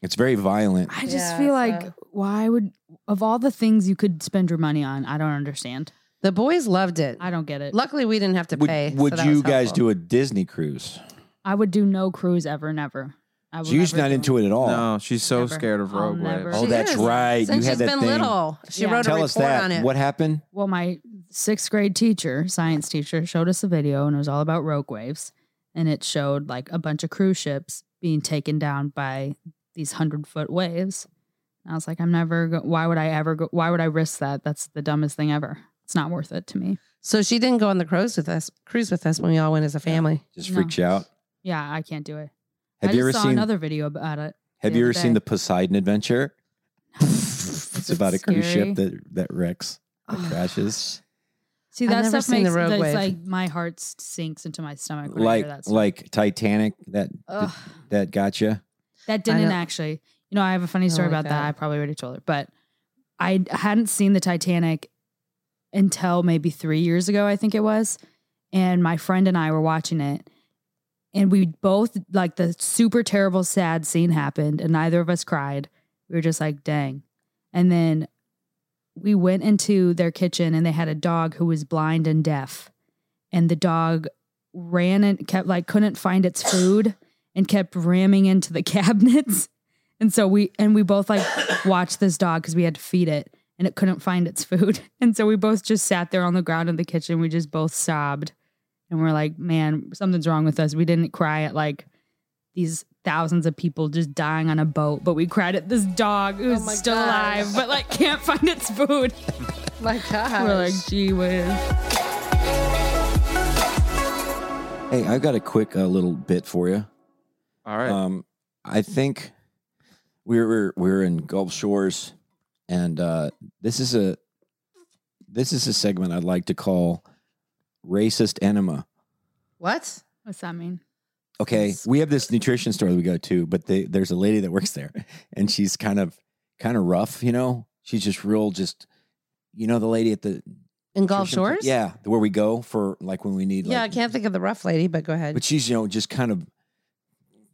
S1: It's very violent.
S2: I just
S4: Yeah,
S2: feel
S4: so-
S2: like why would of all the things you could spend your money on, I don't understand.
S4: the boys loved it.
S2: I don't get it.
S4: Luckily, we didn't have to
S1: Would,
S4: pay.
S1: would you guys do a Disney cruise?
S2: I would do no cruise ever, never. I would
S1: She's
S2: never
S1: not
S2: do
S1: into it at all.
S3: No, she's so
S4: Never.
S3: scared of
S2: I'll
S3: rogue
S2: never.
S3: waves.
S1: Oh,
S4: She
S1: that's
S4: is.
S1: right. you
S4: Since she's
S1: had that
S4: been
S1: thing.
S4: little, she
S2: Yeah.
S4: wrote a
S1: Tell
S4: report
S1: us that.
S4: on it.
S1: What happened?
S2: Well, my sixth grade teacher, science teacher, showed us a video and it was all about rogue waves. And it showed like a bunch of cruise ships being taken down by these hundred foot waves. And I was like, I'm never, go- why would I ever go? Why would I risk that? That's the dumbest thing ever. It's not worth it to me.
S4: So she didn't go on the cruise with us. Cruise with us when we all went as a family.
S1: Just
S2: No.
S1: freaks you out.
S2: Yeah, I can't do it.
S1: Have
S2: I
S1: you
S2: just
S1: ever
S2: saw
S1: seen?
S2: another video about it.
S1: have
S2: the
S1: you
S2: other
S1: ever seen
S2: day.
S1: the Poseidon Adventure? it's about a cruise
S2: scary. Oh
S1: ship that that wrecks, that
S4: Oh.
S1: crashes.
S2: See,
S4: I've
S2: that
S4: never
S2: stuff
S4: seen the
S2: makes
S4: rogue
S2: that's,
S4: wave.
S2: like my heart sinks into my stomach. When I hear
S1: like
S2: that stuff.
S1: like Titanic that
S2: Ugh.
S1: that got you.
S2: That
S4: I
S2: didn't
S4: know-
S2: actually. You know, I have a funny
S4: I
S2: story
S4: like
S2: about that.
S4: that.
S2: I probably already told her, but I hadn't seen the Titanic until maybe three years ago, I think it was. And my friend and I were watching it. And we both, like, the super terrible, sad scene happened, and neither of us cried. We were just like, dang. And then we went into their kitchen, and they had a dog who was blind and deaf. And the dog ran and kept, like, couldn't find its food and kept ramming into the cabinets. And so we and we both like watched this dog because we had to feed it and it couldn't find its food. And so we both just sat there on the ground in the kitchen. We just both sobbed and we're like, man, something's wrong with us. We didn't cry at like these thousands of people just dying on a boat, but we cried at this dog who's
S4: my
S2: still
S4: gosh.
S2: alive but like can't find its food.
S4: My God.
S2: We're like, gee whiz.
S1: Hey, I've got a quick uh, little bit for you.
S3: All right.
S1: Um, I think we were we were in Gulf Shores, and uh, this is a this is a segment I'd like to call racist enema.
S4: what?
S2: What's that mean?
S1: Okay, we have this nutrition store that we go to, but they, there's a lady that works there, and she's kind of kind of rough, you know. She's just real, just you know, the lady at the
S4: In Gulf
S1: Trisha and Pl-
S4: Shores?
S1: Yeah, where we go for like when we need.
S4: Yeah, I
S1: like,
S4: can't think of the rough lady, but go ahead.
S1: but she's you know just kind of,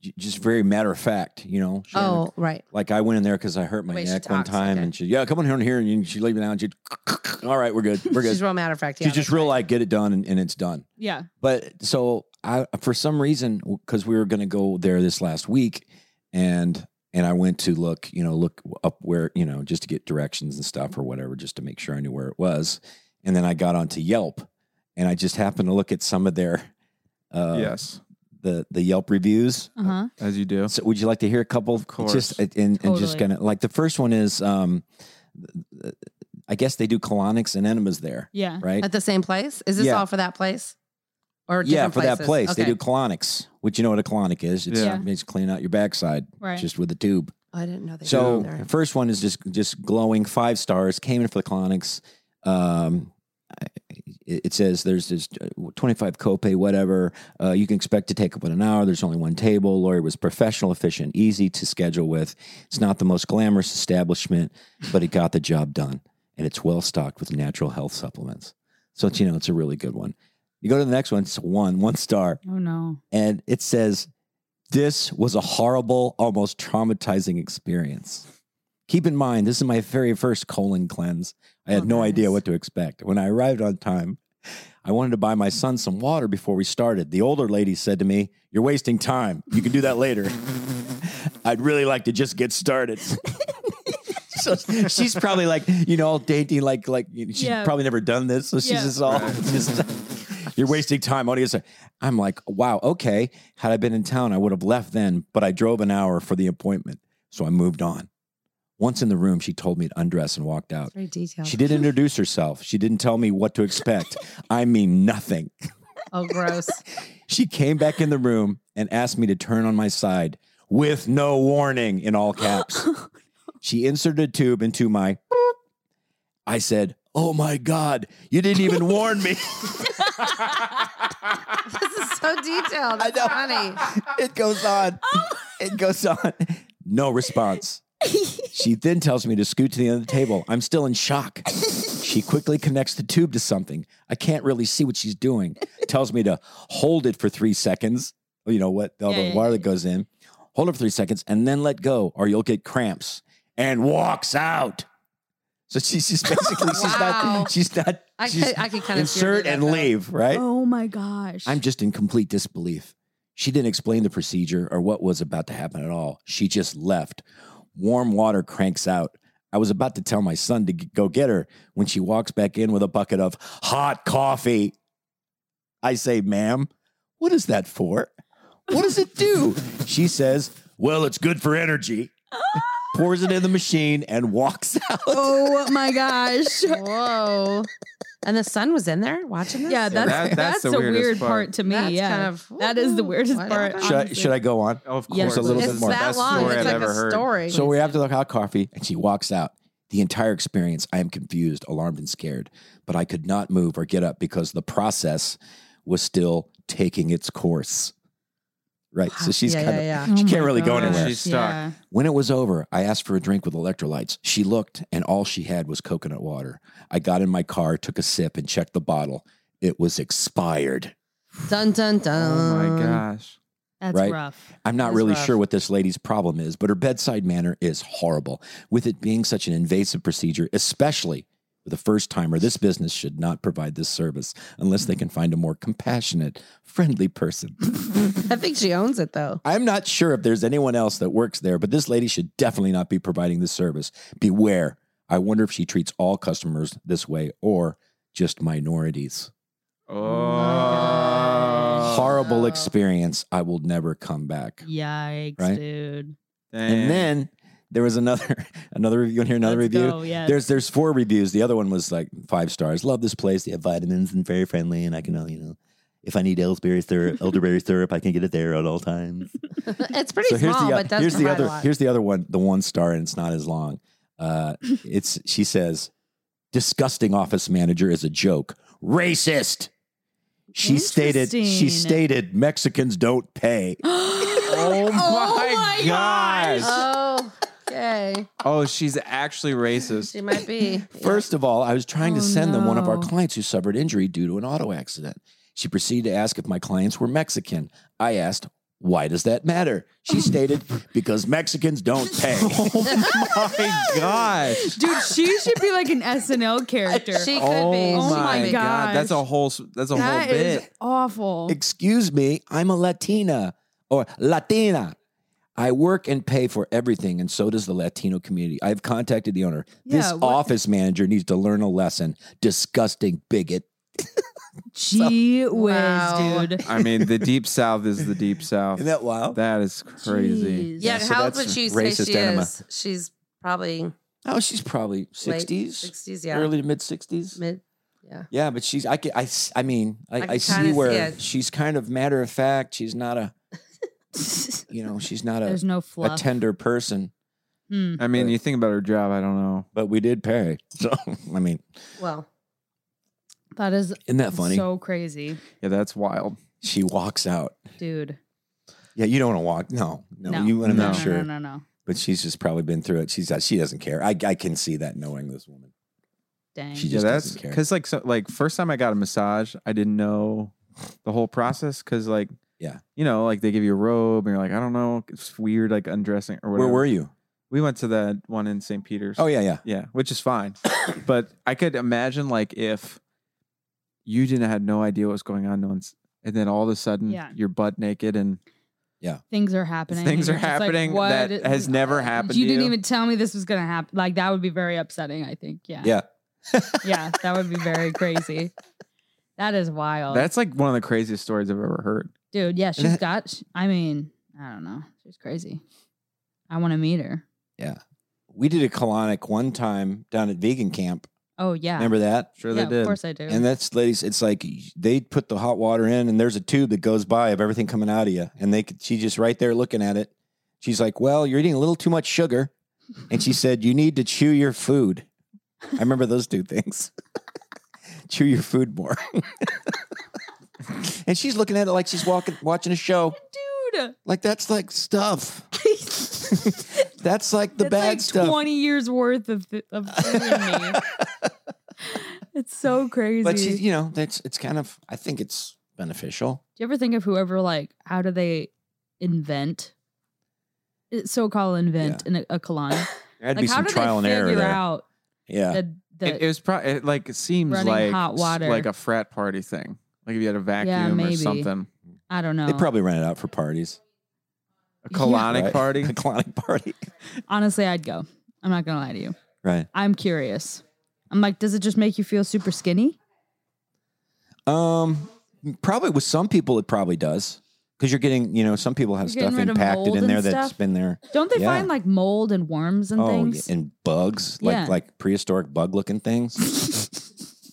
S1: j- just very matter of fact, you know. She-
S4: oh, right.
S1: Like I went in there because I hurt my
S4: Wait, she
S1: neck one
S4: talks,
S1: time,
S4: okay.
S1: and she yeah come on here and here, and you- she laid me down. And she, all right, we're good, we're good.
S4: She's real matter of fact. Yeah,
S1: she's just real like get it done, and, and it's done.
S2: Yeah.
S1: But so I, for some reason, because we were going to go there this last week, and and I went to look, you know, look up where you know just to get directions and stuff or whatever, just to make sure I knew where it was. And then I got onto Yelp, and I just happened to look at some of their uh,
S3: yes,
S1: the the Yelp reviews.
S2: Uh huh.
S3: as you do.
S1: So would you like to hear a couple? Of
S3: course.
S1: Just and, and just
S2: Totally.
S1: kind of like the first one is, um, I guess they do colonics and enemas there,
S2: Yeah.
S1: right?
S4: At the same place? Is this
S1: Yeah.
S4: all for that place? Or
S1: yeah,
S4: different
S1: for that
S4: places?
S1: place
S4: Okay.
S1: they do colonics, which you know what a colonic is. It's
S3: Yeah.
S1: yeah. it's clean out your backside,
S2: Right.
S1: just with a tube.
S4: Oh, I didn't know they
S1: so
S4: did that.
S1: the first one is just just glowing five stars. Came in for the colonics. Um, I- it it says there's this uh, 25 copay, whatever. Uh, you can expect to take about an hour. There's only one table. Lawyer was professional, efficient, easy to schedule with. It's not the most glamorous establishment, but it got the job done. And it's well stocked with natural health supplements. So, it's, you know, it's a really good one. You go to the next one, it's one, one star
S2: Oh no.
S1: and it says, This was a horrible, almost traumatizing experience. Keep in mind, this is my very first colon cleanse. I had
S2: Oh,
S1: no idea
S2: nice.
S1: what to expect. When I arrived on time, I wanted to buy my son some water before we started. The older lady said to me, You're wasting time. You can do that later. I'd really like to just get started. so she's probably like, you know, all dainty, like, like you know, she's
S2: Yeah.
S1: probably never done this. So she's
S2: Yeah.
S1: just all just. You're wasting time. Audience. I'm like, wow, okay. Had I been in town, I would have left then, but I drove an hour for the appointment. So I moved on. Once in the room, she told me to undress and walked out.
S4: It's very detailed.
S1: She did introduce herself. She didn't tell me what to expect. I mean, nothing.
S4: Oh, gross.
S1: She came back in the room and asked me to turn on my side with no warning in all caps. she inserted a tube into my. I said, Oh my God, you didn't even warn me.
S4: this is so detailed. That's
S1: know.
S4: funny.
S1: it goes on. It goes on. No response. she then tells me to scoot to the end of the table. I'm still in shock. She quickly connects the tube to something. I can't really see what she's doing. Tells me to hold it for three seconds. You know what? All
S2: Yeah,
S1: the
S2: yeah,
S1: wire
S2: yeah,
S1: that goes in. Hold it for three seconds and then let go, or you'll get cramps. And walks out. So she's just basically she's
S4: Wow.
S1: not she's not
S4: I
S1: she's
S4: could- I could kind of see her do
S1: insert
S4: that,
S1: and
S4: though.
S1: leave right.
S2: Oh my gosh.
S1: I'm just in complete disbelief. She didn't explain the procedure or what was about to happen at all. She just left. Warm water cranks out. I was about to tell my son to g- go get her when she walks back in with a bucket of hot coffee. I say, ma'am, what is that for? What does it do? She says, well, it's good for energy. Pours it in the machine and walks out.
S2: Oh my gosh.
S4: Whoa. And the son was in there watching this?
S2: Yeah, that's
S3: that-
S2: that's,
S3: that's the
S2: the
S3: weirdest
S2: weird
S3: part.
S2: part. to me.
S4: That's
S2: yeah,
S4: kind of-
S2: that is the weirdest
S4: What
S2: part.
S4: happened?
S1: Should I, should I go on?
S3: Of course,
S2: Yes,
S1: There's a little
S4: it's
S1: bit more.
S4: that
S3: Best
S4: long.
S3: story
S4: It's
S3: I've
S4: like
S3: ever
S4: a
S3: heard.
S4: story.
S1: So we have to look hot coffee, and she walks out. The entire experience, I am confused, alarmed, and scared, but I could not move or get up because the process was still taking its course. Right. So she's
S4: yeah,
S1: kind of,
S4: yeah,
S1: she
S2: Oh
S1: can't
S2: my
S1: really go
S2: gosh.
S1: anywhere.
S3: She's stuck.
S2: Yeah.
S1: When it was over, I asked for a drink with electrolytes. She looked, and all she had was coconut water. I got in my car, took a sip, and checked the bottle. It was expired.
S4: yeah. Dun, dun,
S3: Oh
S4: dun.
S1: Um,
S3: my gosh.
S2: That's
S1: Right?
S2: rough.
S1: I'm not
S4: That's
S1: really
S4: rough.
S1: sure what this lady's problem is, but her bedside manner is horrible. With it being such an invasive procedure, especially with a first timer, this business should not provide this service unless they can find a more compassionate, friendly person.
S4: I think she owns it, though.
S1: I'm not sure if there's anyone else that works there, but this lady should definitely not be providing this service. Beware. I wonder if she treats all customers this way or just minorities.
S3: Oh.
S1: Horrible experience. I will never come back.
S2: Yikes,
S1: Right?
S2: dude.
S1: And
S3: Dang.
S1: then there was another another review in here, another
S2: Let's
S1: review.
S2: Go. Yes.
S1: There's there's four reviews. The other one was like five stars. Love this place. They have vitamins and very friendly. And I can, uh, you know, if I need elderberry syrup, elderberry syrup, I can get it there at all times.
S4: it's pretty
S1: so
S4: small,
S1: here's the
S4: but
S1: oth-
S4: does
S1: here's the
S4: provide a
S1: other
S4: lot.
S1: here's the other one. The one star and it's not as long. Uh, it's she says, disgusting office manager is a joke. Racist. She stated. She
S2: Interesting.
S1: stated Mexicans don't pay.
S3: Oh my,
S2: my
S3: gosh.
S4: Oh, okay. way.
S3: Oh, she's actually racist.
S4: She might be.
S1: First of all, I was trying
S4: Oh,
S1: to send them one of our
S4: no.
S1: clients who suffered injury due to an auto accident. She proceeded to ask if my clients were Mexican. I asked, why does that matter? She stated, because Mexicans don't pay. oh my gosh.
S2: Dude, she should be like an SNL character.
S4: She
S2: oh my god,
S3: That's a whole s- that's a
S2: That
S3: whole
S2: is
S3: bit.
S2: awful.
S1: Excuse me, I'm a Latina or Latina. I work and pay for everything, and so does the Latino community. I've contacted the owner. this
S2: Yeah, what-
S1: office manager needs to learn a lesson. Disgusting bigot.
S2: Gee whiz,
S4: Wow.
S2: dude.
S3: I mean, the deep south is the deep south.
S1: Isn't that wild?
S3: That is crazy.
S4: Yeah,
S1: so
S4: how
S1: that's
S4: would she say
S1: racist
S4: she
S1: enema.
S4: is? She's probably
S1: Oh, she's probably
S4: late
S1: 60s,
S4: 60s, yeah.
S1: early to mid 60s.
S4: mid. Yeah.
S1: Yeah, but she's, I, ca- I, s- I mean, I,
S4: I
S1: I,
S4: can kinda
S1: see
S4: see
S1: where
S4: it.
S1: she's kind of matter of fact. She's not a, you know, she's not a,
S2: There's no
S1: a
S2: fluff.
S1: tender person,
S2: Hmm.
S3: I mean, you think about her job. I don't know.
S1: but we did pay. So, I mean,
S4: Well,
S2: That is
S1: isn't that funny?
S2: so crazy,
S3: Yeah, that's wild.
S1: she walks out.
S2: dude.
S1: Yeah, you don't want to walk. No, no,
S2: No.
S1: you want to
S3: No,
S1: make
S3: no,
S1: sure.
S2: No, no, no.
S1: But she's just probably been through it. She's uh, she doesn't care. I I can see that knowing this woman.
S2: Dang.
S1: She
S3: Yeah,
S1: just
S3: that's
S1: doesn't care.
S3: because like so, like first time I got a massage, I didn't know the whole process because like
S1: Yeah.
S3: you know like they give you a robe and you're like I don't know it's weird like undressing or whatever.
S1: Where were you?
S3: We went to that one in St. Peter's.
S1: Oh yeah, yeah.
S3: Yeah, which is fine. but I could imagine like if you didn't had no idea what was going on, no one's, and then all of a sudden
S2: Yeah.
S3: you're butt naked and
S2: things are happening.
S3: things
S2: and
S3: are
S2: you're just like,
S3: happening
S2: what
S3: that
S2: is-
S3: has never happened.
S2: You
S3: to
S2: didn't
S3: you.
S2: even tell me this was gonna happen. Like that would be very upsetting. I think. Yeah.
S1: Yeah.
S2: Yeah, That would be very crazy. That is wild.
S3: That's like one of the craziest stories I've ever heard.
S2: dude. Yeah, she's
S1: that-
S2: got. sh- I mean, I don't know. She's crazy. I want to meet her.
S1: We did a colonic one time down at vegan camp.
S2: Oh yeah.
S1: Remember that?
S3: Sure
S2: yeah,
S3: they did.
S2: Of course I do.
S1: And that's ladies. It's like they put the hot water in, and there's a tube that goes by of everything coming out of you. And they could, she just right there looking at it. She's like, "Well, you're eating a little too much sugar," and she said, "You need to chew your food." I remember those two things. chew your food more. and she's looking at it like she's walking, watching a show.
S2: dude,
S1: Like that's like stuff. that's like the
S2: that's
S1: bad
S2: like
S1: stuff.
S2: Twenty years worth of th- of food in me. It's so crazy.
S1: but she's, you know, that's it's kind of. I think it's beneficial.
S2: Do you ever think of whoever like how do they invent? So called invent in a, a colon.
S1: There had to
S2: like
S1: be
S2: how
S1: some
S2: do
S1: trial and
S2: they
S1: error
S2: figure
S1: there. Uh,
S2: out
S1: yeah.
S2: the, the
S3: it, it was probably it, like it seems
S2: Running
S3: like
S2: hot
S3: s-
S2: water.
S3: like a frat party thing. Like if you had a vacuum or
S2: maybe.
S3: something,
S2: I don't know.
S1: They probably rent it out for parties.
S3: a colonic
S1: right?
S3: party.
S1: A colonic party.
S2: Honestly, I'd go. I'm not gonna lie to you.
S1: Right.
S2: I'm curious. I'm like, does it just make you feel super skinny?
S1: Um, probably with some people it probably does. Because you're getting, you know, some people have
S2: You're getting
S1: stuff
S2: rid of
S1: impacted
S2: mold
S1: in there
S2: and
S1: that's
S2: stuff?
S1: been there.
S2: Don't they
S1: Yeah.
S2: find like mold and worms and
S1: oh, yeah,
S2: things?
S1: and bugs, like
S2: Yeah.
S1: like prehistoric bug looking things.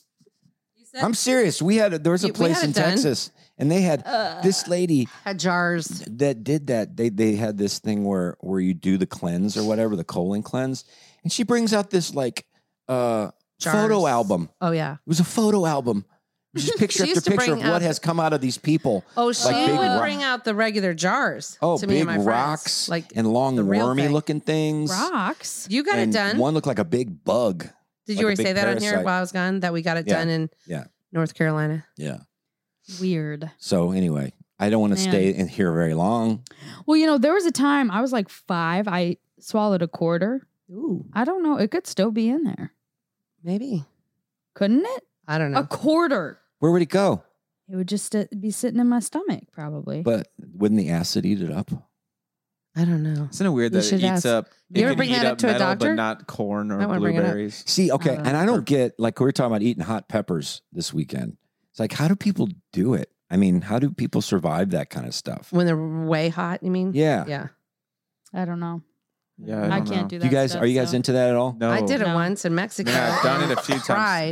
S1: I'm serious. We had a, there was a
S4: You- we
S1: place
S4: had
S1: in
S4: it done.
S1: Texas, and they had
S2: Uh.
S1: this lady
S4: had jars.
S1: that did that they they had this thing where where you do the cleanse or whatever the colon cleanse and she brings out this like uh photo
S4: Jars.
S1: album
S4: Oh yeah.
S1: it was a photo album just picture
S4: She
S1: after
S4: used to
S1: picture of
S4: bring
S1: what
S4: out-
S1: has come out of these people
S4: Oh, she
S1: big
S4: would
S1: ro-
S4: bring out the regular jars.
S1: oh
S4: to me
S1: big
S4: and my friends.
S1: rocks
S4: Like
S1: and long
S4: the real
S1: wormy
S4: thing.
S1: looking things
S2: Rocks.
S4: you got it
S1: And
S4: done.
S1: one looked like a big bug
S4: Did
S1: like a
S4: you already
S1: big
S4: say that on here
S1: parasite.
S4: while I was gone? That we got it
S1: Yeah.
S4: done in
S1: Yeah.
S4: North Carolina.
S1: yeah
S2: Weird.
S1: so anyway i don't want to
S2: Man.
S1: stay in here very long
S2: Well, you know, there was a time I was like five. I swallowed a quarter.
S4: Ooh,
S2: I don't know. It could still be in there,
S4: maybe.
S2: couldn't it?
S4: I don't know.
S2: A quarter.
S1: where would it go
S2: It would just uh, be sitting in my stomach, probably.
S1: but wouldn't the acid eat it up
S4: I don't know.
S3: Isn't it weird
S4: You
S3: that it
S4: should
S3: eats
S4: ask.
S3: up?
S4: You
S3: it
S4: ever
S3: can
S4: bring
S3: eat
S4: that up to a
S3: metal,
S4: doctor?
S3: But not corn
S4: I
S3: or
S4: wanna bring it up.
S3: blueberries.
S1: See,
S4: Uh,
S1: okay,
S2: don't
S1: and I don't get like we were talking about eating hot peppers this weekend. It's like, how do people do it? I mean, how do people survive that kind of stuff?
S4: When they're way hot, you mean?
S1: Yeah,
S4: Mm-hmm. Yeah.
S2: I don't know.
S3: Yeah,
S2: I,
S3: I, don't
S2: can't
S3: know.
S2: do that.
S1: you guys,
S2: stuff,
S1: are you guys
S2: so-
S1: into that at all?
S3: No,
S4: I did it
S2: No.
S4: once in Mexico.
S3: Yeah, I've done it a few
S4: Tried.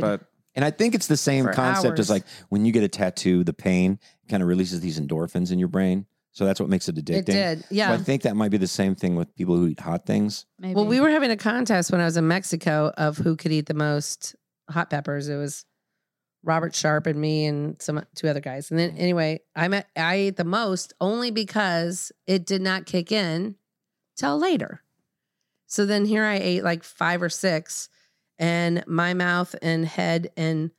S3: times, but
S1: And I think it's the same
S4: For
S1: concept as
S4: hours.
S1: like when you get a tattoo, the pain kind of releases these endorphins in your brain, so that's what makes it addicting.
S4: It did.
S1: So
S4: Yeah.
S1: I think that might be the same thing with people who eat hot things.
S2: Maybe.
S4: Well, we were having a contest when I was in Mexico of who could eat the most hot peppers. It was Robert Sharp and me and some two other guys. And then anyway, I met I ate the most only because it did not kick in till later. So then here I ate like five or six, and my mouth and head and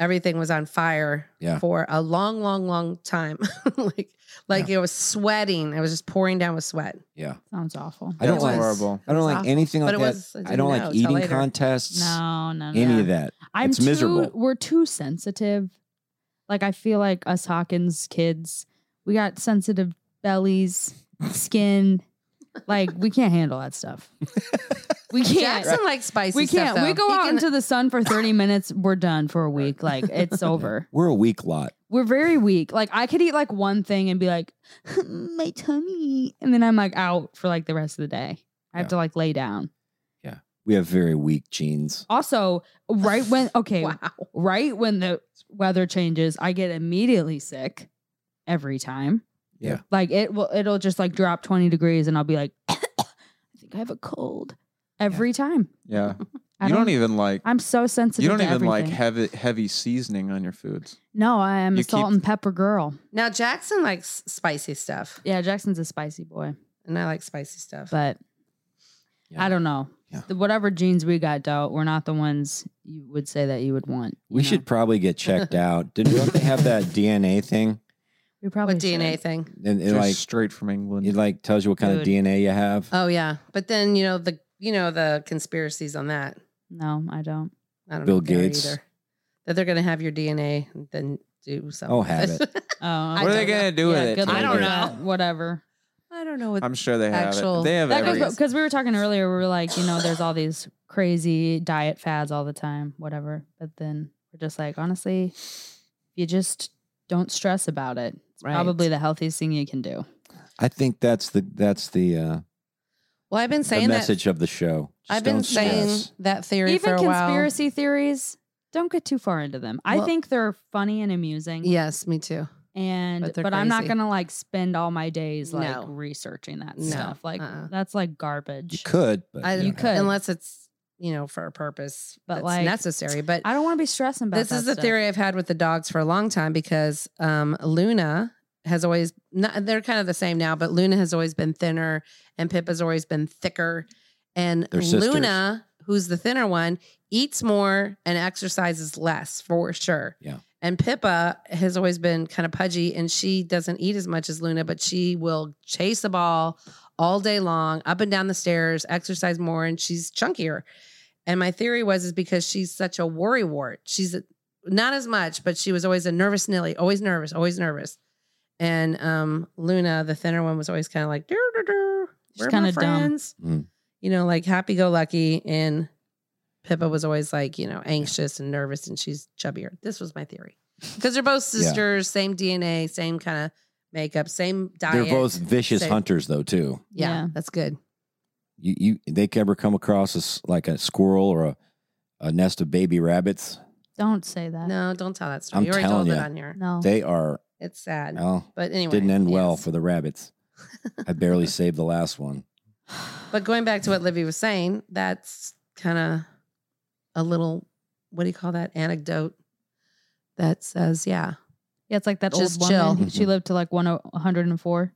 S4: everything was on fire
S6: Yeah.
S4: for a long, long, long time. like, like it was sweating. I was just pouring down with sweat.
S6: Yeah.
S2: Sounds awful.
S6: I don't like. I don't
S4: It's
S6: like
S4: awful.
S6: anything like
S4: But it
S6: that.
S4: was- I
S6: I,
S4: didn't
S6: don't
S4: know
S6: like
S4: till
S6: eating
S4: later.
S6: contests.
S2: No, no, no.
S6: Any of
S2: no.
S6: that.
S2: I'm
S6: it's
S2: too,
S6: miserable.
S2: We're too sensitive. Like I feel like us Hawkins kids, we got sensitive bellies, skin. like we can't handle that stuff. We can't.
S4: Jackson likes spicy
S2: we
S4: stuff,
S2: can't. we
S4: though.
S2: go
S4: He
S2: out
S4: can-
S2: into the sun for 30 minutes. We're done for a week. Like it's over.
S6: We're a weak lot.
S2: We're very weak. Like I could eat like one thing and be like, my tummy, and then I'm like out for like the rest of the day. I have to like lay down.
S6: We have very weak genes.
S2: Also, right when okay, right when the weather changes, I get immediately sick every time.
S6: Yeah.
S2: Like it will it'll just like drop 20 degrees and I'll be like I think I have a cold every time.
S3: Yeah.
S2: I
S3: you don't,
S2: don't-
S3: even like.
S2: I'm so sensitive
S3: You don't
S2: to
S3: even like
S2: everything.
S3: heavy heavy seasoning on your foods.
S2: No, I am
S3: You
S2: a salt
S3: keep-
S2: and pepper girl.
S4: Now Jackson likes spicy stuff.
S2: Yeah, Jackson's a spicy boy.
S4: And I like spicy stuff.
S2: But I don't know. The, whatever genes we got, though, we're not the ones you would say that you would want.
S6: We should probably get checked out. Didn't don't they have that DNA thing?
S2: We probably
S4: What DNA thing.
S6: And it
S3: Just
S6: like
S3: straight from England.
S6: It like tells you what kind
S4: Dude.
S6: of DNA you have.
S4: Oh yeah. But then you know the you know the conspiracies on that.
S2: No, I don't.
S4: I don't
S6: Bill
S4: know if there
S6: Gates.
S4: either. That they're gonna have your DNA and then do something.
S6: Oh,
S4: with
S6: have
S2: Oh, I
S3: what are they
S2: don't know.
S3: gonna do with
S2: Yeah,
S3: it?
S2: good luck
S3: Taylor?
S2: with that. Whatever.
S4: I don't know what
S3: I'm sure they have it. They have every.
S2: because we were talking earlier. We were like, you know, there's all these crazy diet fads all the time, whatever. But then we're just like, honestly, you just don't stress about it. It's
S4: Right.
S2: probably the healthiest thing you can do.
S6: I think that's the that's the uh
S4: Well, I've been
S6: the
S4: saying that
S6: message of the show. Just
S4: I've been
S6: don't
S4: saying
S6: stress.
S4: that theory
S2: Even
S4: for a while.
S2: conspiracy theories, don't get too far into them. I
S4: Well-
S2: think they're funny and amusing.
S4: Yes, me too.
S2: And
S4: But
S2: but,
S4: they're
S2: I'm not
S4: crazy.
S2: gonna like spend all my days like
S4: No.
S2: researching that
S4: No,
S2: stuff. Like
S4: uh-uh.
S2: that's like garbage.
S6: you could, but
S4: I-
S6: you
S2: You
S6: know.
S2: could.
S4: Unless it's you know for a purpose,
S2: But,
S4: that's
S2: like,
S4: necessary. But
S2: I don't want to be stressing about
S4: this
S2: is
S4: is the theory I've had with the dogs for a long time because um, Luna has always not, they're kind of the same now, but Luna has always been thinner and Pippa's always been thicker. And
S6: They're sisters.
S4: Luna, who's the thinner one, eats more and exercises less for sure.
S6: Yeah.
S4: And Pippa has always been kind of pudgy and she doesn't eat as much as Luna, but she will chase the ball all day long, up and down the stairs, exercise more, and she's chunkier. And my theory was is because she's such a worrywart. She's a, not as much, but she was always a nervous Nilly, always nervous, always nervous. And um, Luna, the thinner one, was always kind of like, "Dur, dur, dur.
S2: She's
S4: we're my
S2: kinda dumb.
S4: friends,
S6: Mm.
S4: you know, like happy go lucky. And Pippa was always like, you know, anxious and nervous, and she's chubbier. This was my theory because they're both
S6: Yeah.
S4: sisters, same DNA, same kind of makeup, same diet.
S6: They're both vicious
S4: So-
S6: hunters though too.
S4: Yeah,
S2: Yeah.
S4: that's good.
S6: You you they could ever come across as like a squirrel or a, a nest of baby rabbits.
S2: Don't say that. No.
S4: No, don't tell that story.
S6: I'm
S4: you already
S6: telling
S4: told it
S6: ya.
S4: on here.
S6: They are
S4: It's sad.
S6: well,
S4: But Oh. anyway,
S6: didn't end well
S4: yes.
S6: for the rabbits. I barely saved the last one.
S4: But going back to what Livy was saying, that's kind of a little, what do you call that? Anecdote that says, yeah,
S2: Yeah, it's like that
S4: Just
S2: old
S4: chill.
S2: woman.
S6: Mm-hmm.
S2: She lived to like oh, 10 104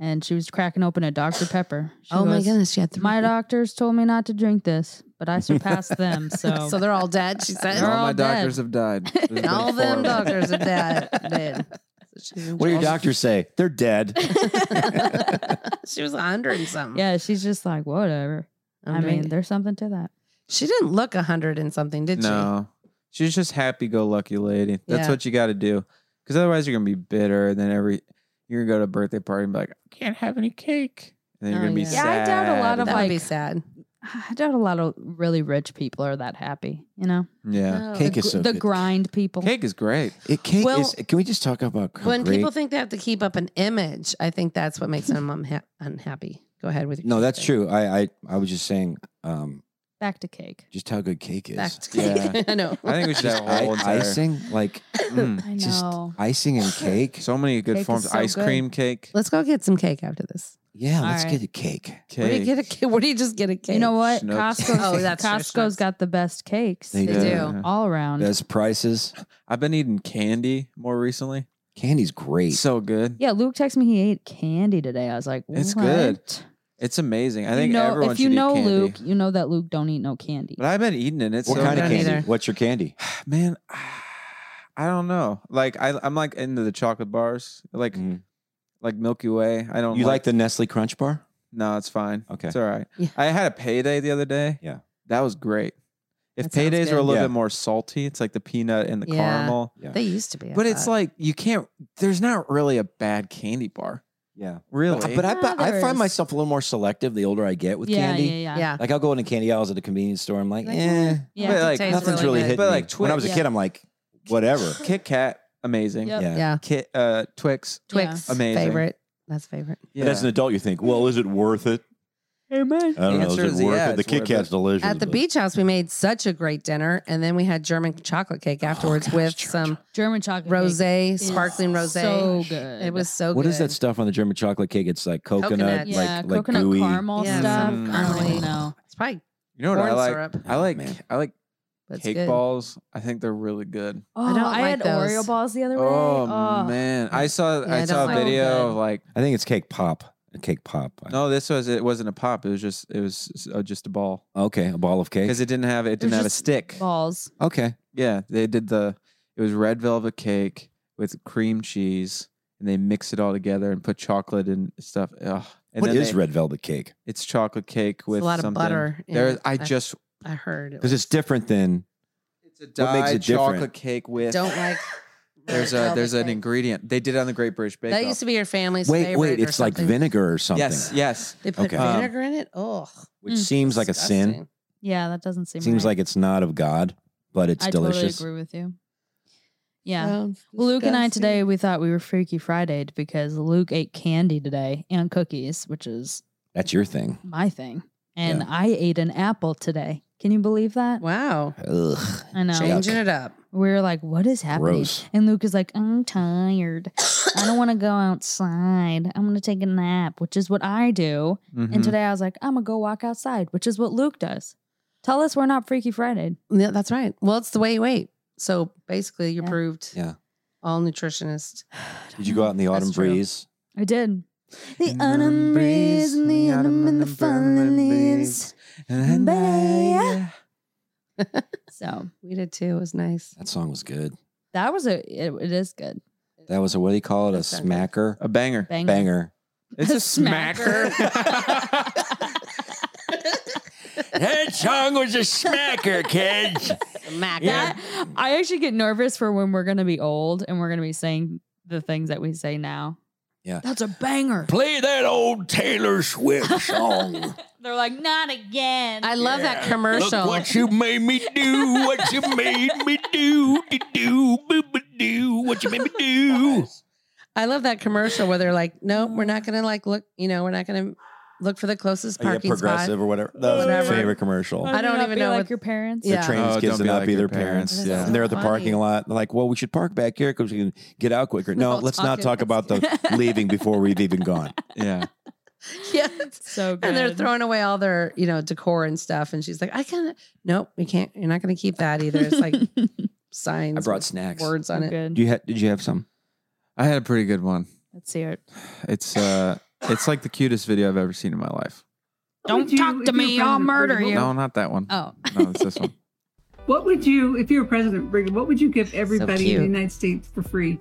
S2: and she was cracking open a Dr. Pepper. She
S4: oh my
S2: goes,
S4: goodness, she had three.
S2: My doctors told me not to drink this, but I surpassed them. So,
S4: so they're all dead, she said.
S3: all,
S2: They're
S3: my
S2: all dead.
S3: doctors have died. There's been
S4: all
S3: four
S4: them
S3: of them.
S4: doctors are dead. dead. So she-
S6: What do your doctors say? They're dead.
S4: she was a 100 and something.
S2: yeah, she's just like, whatever.
S4: I'm
S2: I mean,
S4: doing-
S2: there's something to that.
S4: she didn't look a 100 and something, did
S3: No, she's just happy-go-lucky lady. That's
S4: Yeah.
S3: what you got to do, because otherwise you're gonna be bitter, and then every you're gonna go to a birthday party and be like, I can't have any cake, and then you're
S4: Oh,
S3: gonna
S4: yeah.
S3: be
S2: Yeah, I
S3: sad.
S2: doubt a lot
S4: she?
S2: of,
S4: That
S3: about
S4: would be
S2: like-
S4: sad.
S2: I doubt a lot of really rich people are that happy, you know?
S3: yeah.
S4: No.
S6: Cake
S2: the,
S6: is so
S2: the
S6: good.
S2: grind people.
S3: Cake is great.
S6: It cake
S4: Well,
S6: is. Can we just talk about how
S4: when
S6: great-
S4: people think they have to keep up an image, I think that's what makes them unha- unhappy. Go ahead with your
S6: No,
S4: cake
S6: that's
S4: thing.
S6: true. I I, I was just saying um,
S2: Back to cake.
S6: just how good cake is.
S4: Back to cake. I know.
S3: I think we should have a
S6: I-
S3: whole entire.
S6: icing like
S3: Mm.
S2: I
S6: just
S2: know.
S6: icing and cake.
S3: So many good
S2: Cake is
S3: forms:
S2: so
S3: ice
S2: good.
S3: cream cake.
S4: Let's go get some cake after this.
S6: Yeah,
S2: All
S6: let's
S2: right.
S6: get a cake.
S3: cake.
S4: What do you get a cake? What do you just get a cake?
S2: You know what?
S3: Schnucks.
S2: Costco.
S4: Oh, that's true,
S2: Costco's
S4: schnucks.
S2: got the best cakes.
S6: They
S4: They do. do.
S2: all around.
S6: Best prices.
S3: I've been eating candy more recently.
S6: Candy's great.
S3: So good.
S2: Yeah, Luke texted me he ate candy today. I was like,
S3: It's good.
S2: "What?"
S3: It's amazing. I
S2: You
S3: think
S2: know-
S3: everyone
S2: if you
S3: should
S2: know
S3: eat candy.
S2: Luke, you know that Luke don't eat no candy.
S3: But I've been eating it. It's
S6: What
S3: so
S6: kind of
S3: good.
S6: candy? What's your candy?
S3: Man, I don't know. Like I, I'm like into the chocolate bars, like like Milky Way. I don't.
S6: Mm-hmm. You like the Nestle Crunch Bar?
S3: No, it's fine.
S6: Okay.
S3: it's all right. I had a payday the other day.
S6: Yeah,
S3: that was great. If
S4: That sounds
S3: paydays are a
S4: good.
S3: little
S4: Yeah.
S3: bit more salty, it's like the peanut and the caramel.
S4: They used to be. I
S3: But it's
S4: thought.
S3: like you can't. There's not really a bad candy bar.
S6: Yeah,
S3: really.
S6: Uh, But, I, but I
S3: Others.
S6: find myself a little more selective the older I get with
S3: Yeah,
S6: candy.
S3: yeah, yeah. Yeah.
S6: Like I'll go into candy aisles at a convenience store. I'm like, eh,
S3: Yeah, But, it like, tastes
S6: nothing's
S3: really
S6: really
S3: good.
S6: hitting
S3: But,
S6: me.
S3: like, Twix-
S6: when I was a
S3: Yeah.
S6: kid, I'm like, whatever.
S3: Kit Kat, amazing.
S6: Yep. Yeah.
S4: Yeah.
S3: Kit, uh, Twix,
S4: Twix,
S3: amazing.
S4: favorite. That's favorite.
S3: Yeah.
S13: But as an adult, you think, well, is it worth it?
S2: Amen.
S13: I don't
S3: The
S13: know. Is
S3: answer
S13: it
S3: is
S13: worth
S3: yeah,
S13: it? The
S3: it's
S13: Kit
S3: worth
S13: Kat's
S3: it.
S13: delicious.
S4: At the
S13: but-
S4: beach house, we made such a great dinner, and then we had German chocolate cake afterwards with some
S2: German chocolate
S4: rosé,
S2: is
S4: sparkling rosé.
S2: so good.
S4: It was so
S6: What
S4: good.
S6: is that stuff on the German chocolate cake? It's like coconut,
S4: Coconut.
S6: like
S4: Yeah,
S6: like
S2: coconut
S6: gooey.
S2: caramel
S4: Yeah,
S2: stuff.
S3: Mm.
S4: some
S2: I don't
S4: caramel.
S2: even know.
S4: It's probably
S3: You know what I
S4: corn
S3: like?
S4: syrup.
S3: I like I like
S4: That's
S3: cake
S4: good.
S3: balls. I think they're really good.
S2: Oh,
S4: I
S2: I,
S4: don't like
S2: had
S4: those.
S2: Oreo balls the other way.
S3: Oh,
S2: Oh.
S3: man, I saw
S2: Yeah, I
S3: I saw
S2: don't
S3: a
S2: like-
S3: video
S2: So good.
S3: of like
S6: I think it's cake pop. A cake pop.
S3: no, this was it wasn't a pop. It was just it was uh, just a ball
S6: Okay, a ball of cake.
S3: because it didn't have it didn't have a stick.
S2: balls.
S6: Okay.
S3: Yeah, they did the it was red velvet cake with cream cheese and they mix it all together and put chocolate and stuff. Ugh. And
S6: What
S3: then
S6: is
S3: they-
S6: red velvet cake?
S3: It's chocolate cake with
S4: a lot of
S3: something.
S4: butter in
S3: There,
S4: it.
S3: I
S4: I-
S3: just
S4: I heard. It
S6: Because it's different than
S3: it's a
S6: What makes
S3: dyed
S6: it different?
S3: chocolate cake with.
S4: don't like.
S3: there's a there's an ingredient they did it on the Great British Bake
S4: That
S3: Off.
S4: used to be your family's
S6: wait,
S4: favorite.
S6: wait.
S4: or
S6: It's like
S4: something.
S6: vinegar or something.
S3: Yes, yes.
S4: They put
S6: Okay. Um,
S4: vinegar in it. Oh,
S6: which seems like a sin.
S2: Yeah, that doesn't seem
S6: Seems
S2: right.
S6: like it's not of God, but it's
S2: I
S6: delicious.
S2: totally agree with you. Yeah.
S4: Sounds
S2: Well, Luke and I
S4: disgusting.
S2: today we thought we were Freaky Fridayd because Luke ate candy today and cookies, which is
S6: That's your thing.
S2: my thing. And I ate an apple today. Can you believe that?
S4: Wow.
S6: Ugh.
S2: I know.
S4: Changing it up.
S2: We were like, what is happening?
S6: Gross.
S2: And Luke is like, I'm tired. I don't want to go outside. I'm going to take a nap, which is what I do.
S3: Mhm.
S2: And today I was like, I'm going to go walk outside, which is what Luke does. Tell us we're not Freaky Friday.
S4: Yeah, that's right. Well, it's the way you ate. So basically, you proved
S6: Yeah.
S4: all nutritionist.
S6: Did you go out in the autumn
S4: true.
S6: breeze?
S2: I did. The autumn breeze and the autumn and the fallen leaves. Bye. so
S4: We did too. It was nice.
S6: That song was good.
S2: that was a, it, it is good.
S6: That was a what do you call it? A smacker,
S3: a banger,
S2: Banger.
S6: banger.
S3: It's a smacker.
S14: That song was a smacker, kids.
S4: Mac.
S2: That, I actually get nervous for when we're going to be old and we're going to be saying the things that we say now.
S6: Yeah.
S2: That's a banger.
S14: Play that old Taylor Swift song.
S2: They're like, not again.
S4: I love that commercial.
S14: Look what you made me do. What you made me do. Do do boo boo do. What you made me do.
S4: I love that commercial where they're like, "No, we're not gonna like look. You know, we're not gonna look for the closest
S6: Oh, yeah,
S4: parking
S6: progressive
S4: spot."
S6: or whatever. That was my
S4: Whatever.
S6: favorite commercial.
S4: I don't
S2: Not
S4: even
S2: be
S4: know
S2: like
S4: what-
S2: your parents.
S6: They're
S4: Yeah.
S6: training
S3: Oh,
S6: kids
S3: don't
S6: to
S3: be
S6: not
S3: like
S6: be
S3: your
S6: their
S3: parents.
S6: parents.
S3: That's Yeah. so
S6: And they're at the
S4: funny.
S6: parking lot. They're like, well, we should park back here because we can get out quicker. No,
S4: We'll
S6: let's
S4: talk
S6: not
S4: it.
S6: talk about the leaving before we've even gone.
S3: yeah.
S4: Yeah,
S2: So good.
S4: and they're throwing away all their you know decor and stuff. And she's like, "I can't. Nope, you can't. You're not gonna keep that either. It's like signs.
S6: I brought
S4: with
S6: snacks.
S4: words on
S2: So
S4: it.
S2: good.
S6: Do you ha- did you have some?
S3: I had a pretty good one.
S2: Let's see it.
S3: It's uh, it's like the cutest video I've ever seen in my life.
S15: Don't talk to me. I'll murder you.
S3: No, not that one.
S2: Oh.
S3: No, it's this one.
S12: What would you, if you were president, Brigham, what would you give everybody in
S4: cute.
S12: the United States for free?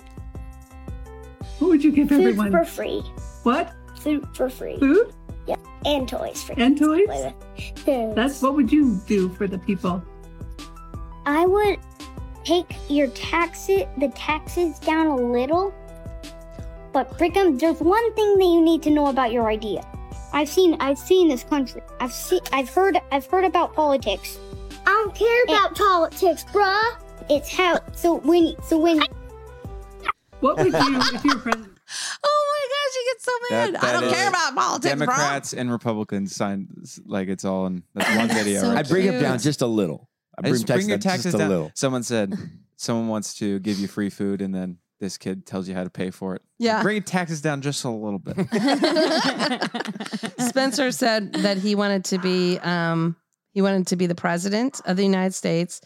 S12: What would you give everyone?
S11: for free.
S12: what?
S11: Food for free.
S12: Food?
S11: Yeah. And toys for
S12: And
S11: kids to
S12: toys?
S11: play with. Hmm.
S12: That's what would you do for the people?
S11: I would take your taxes, the taxes down a little. But Brigham, there's one thing that you need to know about your idea. I've seen, I've seen this country. I've seen, I've heard, I've heard about politics. I don't care about politics, bruh. It's how. So when, so when.
S12: What would you, if you were president?
S4: Oh my gosh, you get so mad.
S3: That-
S4: I
S3: that
S4: don't
S3: is-
S4: care about politics, bro.
S3: Democrats and Republicans signed s- like it's all in that's one video.
S4: so
S6: I
S3: right
S6: bring
S3: there.
S6: them down just a little. I
S3: I
S6: bring,
S3: just bring your
S6: tax
S3: taxes
S6: just a
S3: down.
S6: little.
S3: Someone said someone wants to give you free food, and then this kid tells you how to pay for it.
S4: Yeah.
S3: bring your taxes down just a little bit.
S4: Spencer said that he wanted to be um, he wanted to be the president of the United States,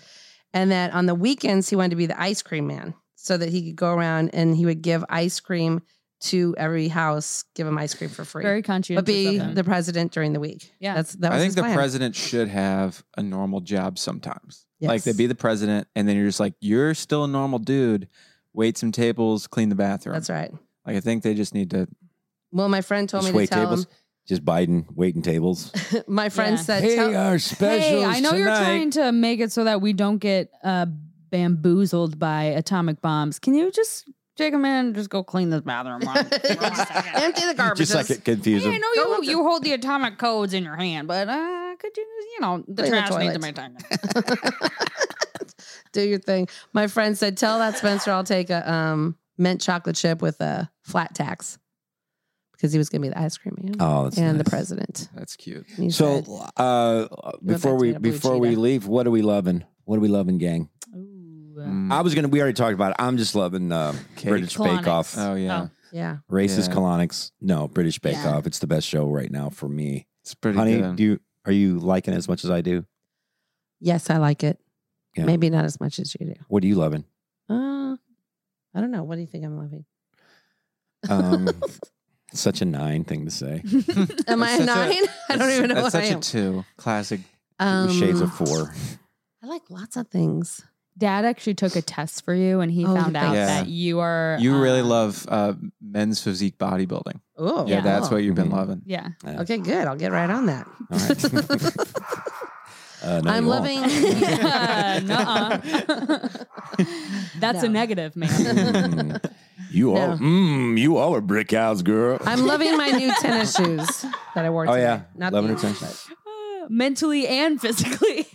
S4: and that on the weekends he wanted to be the ice cream man, so that he could go around and he would give ice cream to every house, give them ice cream for free.
S2: Very
S4: conscientious. But be
S3: of him.
S4: the president during the week.
S2: Yeah.
S4: That's that was
S3: I think
S4: his
S3: the
S4: plan.
S3: president should have a normal job sometimes. Like
S4: Yes.
S3: they'd be the president, and then you're just like, you're still a normal dude. Wait some tables, clean the bathroom.
S4: That's right.
S3: Like I think they just need to.
S4: Well, my friend told
S3: Just
S4: me to
S3: wait
S4: tell
S3: tables.
S1: Just Biden waiting tables.
S4: him. my friend
S2: Yeah.
S4: said,
S2: Hey,
S4: tell-
S1: our
S2: Hey, I know you're trying to make it so that we don't get uh, bamboozled by atomic bombs. Can you just take a minute and just go clean this bathroom?
S4: Empty the garbage.
S1: Just like it confused
S2: Hey, I
S1: him.
S2: know you you hold the atomic codes in your hand, but uh, could you you know the
S4: Clean the
S2: trash needs to be
S4: toilets.
S2: taken.
S4: do your thing. My friend said, tell that Spencer I'll take a um, mint chocolate chip with a flat tax because he was going to be the ice cream man
S1: Oh, that's
S4: and the president.
S3: That's cute.
S4: He said-
S1: So uh, before
S4: back to
S1: we
S4: being a blue
S1: before we
S4: cheetah.
S1: leave, what are we loving? What are we loving, gang?
S3: Mm. Hmm.
S1: I was gonna. We already talked about it. I'm just loving uh, British Bake Off.
S3: Oh yeah.
S4: yeah.
S1: Racist
S3: Yeah.
S1: colonics. No, British Bake
S4: Yeah.
S1: Off. It's the best show right now for me.
S3: It's pretty
S1: Honey,
S3: good.
S1: do you are you liking it as much as I do?
S4: Yes, I like it.
S1: Yeah.
S4: Maybe not as much as you do.
S1: What are you loving?
S4: Uh, I don't know. What do you think I'm loving?
S1: Um, such a nine thing to say.
S4: Am I a nine? I I don't even know
S3: That's
S4: what I
S3: such a
S4: am.
S3: two. Classic.
S4: Um,
S1: Shades of four.
S4: I like lots of things.
S2: Dad actually took a test for you, and he found out
S3: Yeah.
S2: that you are
S3: You
S2: uh,
S3: really love uh, men's physique bodybuilding.
S4: Oh,
S3: yeah, that's
S4: cool.
S3: what you've been loving.
S2: yeah.
S4: Okay, good. I'll get right on that.
S3: All
S1: Uh, no,
S4: I'm
S1: you won't.
S4: loving.
S2: Yeah, nuh-uh. That's a negative, man.
S1: Mm. You all, mm, you all are brick house, girl.
S4: I'm loving my new tennis shoes that I wore.
S1: Oh
S4: today.
S1: yeah,
S4: Not
S1: loving
S4: the-
S1: her tennis.
S2: Uh, Mentally and physically.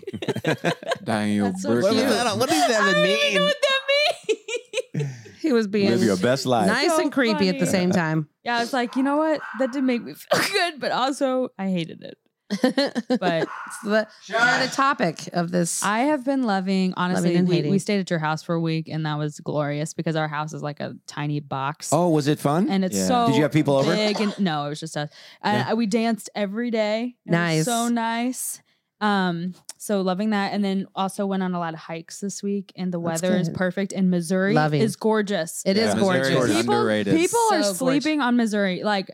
S3: Dying you
S4: That's so cute.
S2: What does that I mean? know what that means.
S4: He was being
S1: Live your best life.
S4: nice
S2: So
S4: and creepy at the
S2: funny.
S4: same time.
S2: Yeah, I was like, you know what? That did make me feel good, but also I hated it. But
S4: It's the, not a topic of this.
S2: I have been loving, honestly,
S4: and
S2: we,
S4: hating.
S2: we stayed at your house for a week and that was glorious because our house is like a tiny box.
S1: Oh, was it fun?
S2: And it's so
S1: Did you have people over?
S2: big and- no, it was just us. And I- we danced every day. It was
S4: Nice.
S2: so nice. Um, so loving that. And then also went on a lot of hikes this week and the
S4: That's
S2: weather is
S4: good.
S2: perfect. And Missouri
S4: Loving.
S2: is gorgeous.
S4: It is
S3: Yeah. Missouri
S4: gorgeous.
S3: is
S2: People,
S3: underrated.
S2: people are
S4: So gorgeous.
S2: sleeping on Missouri. Like,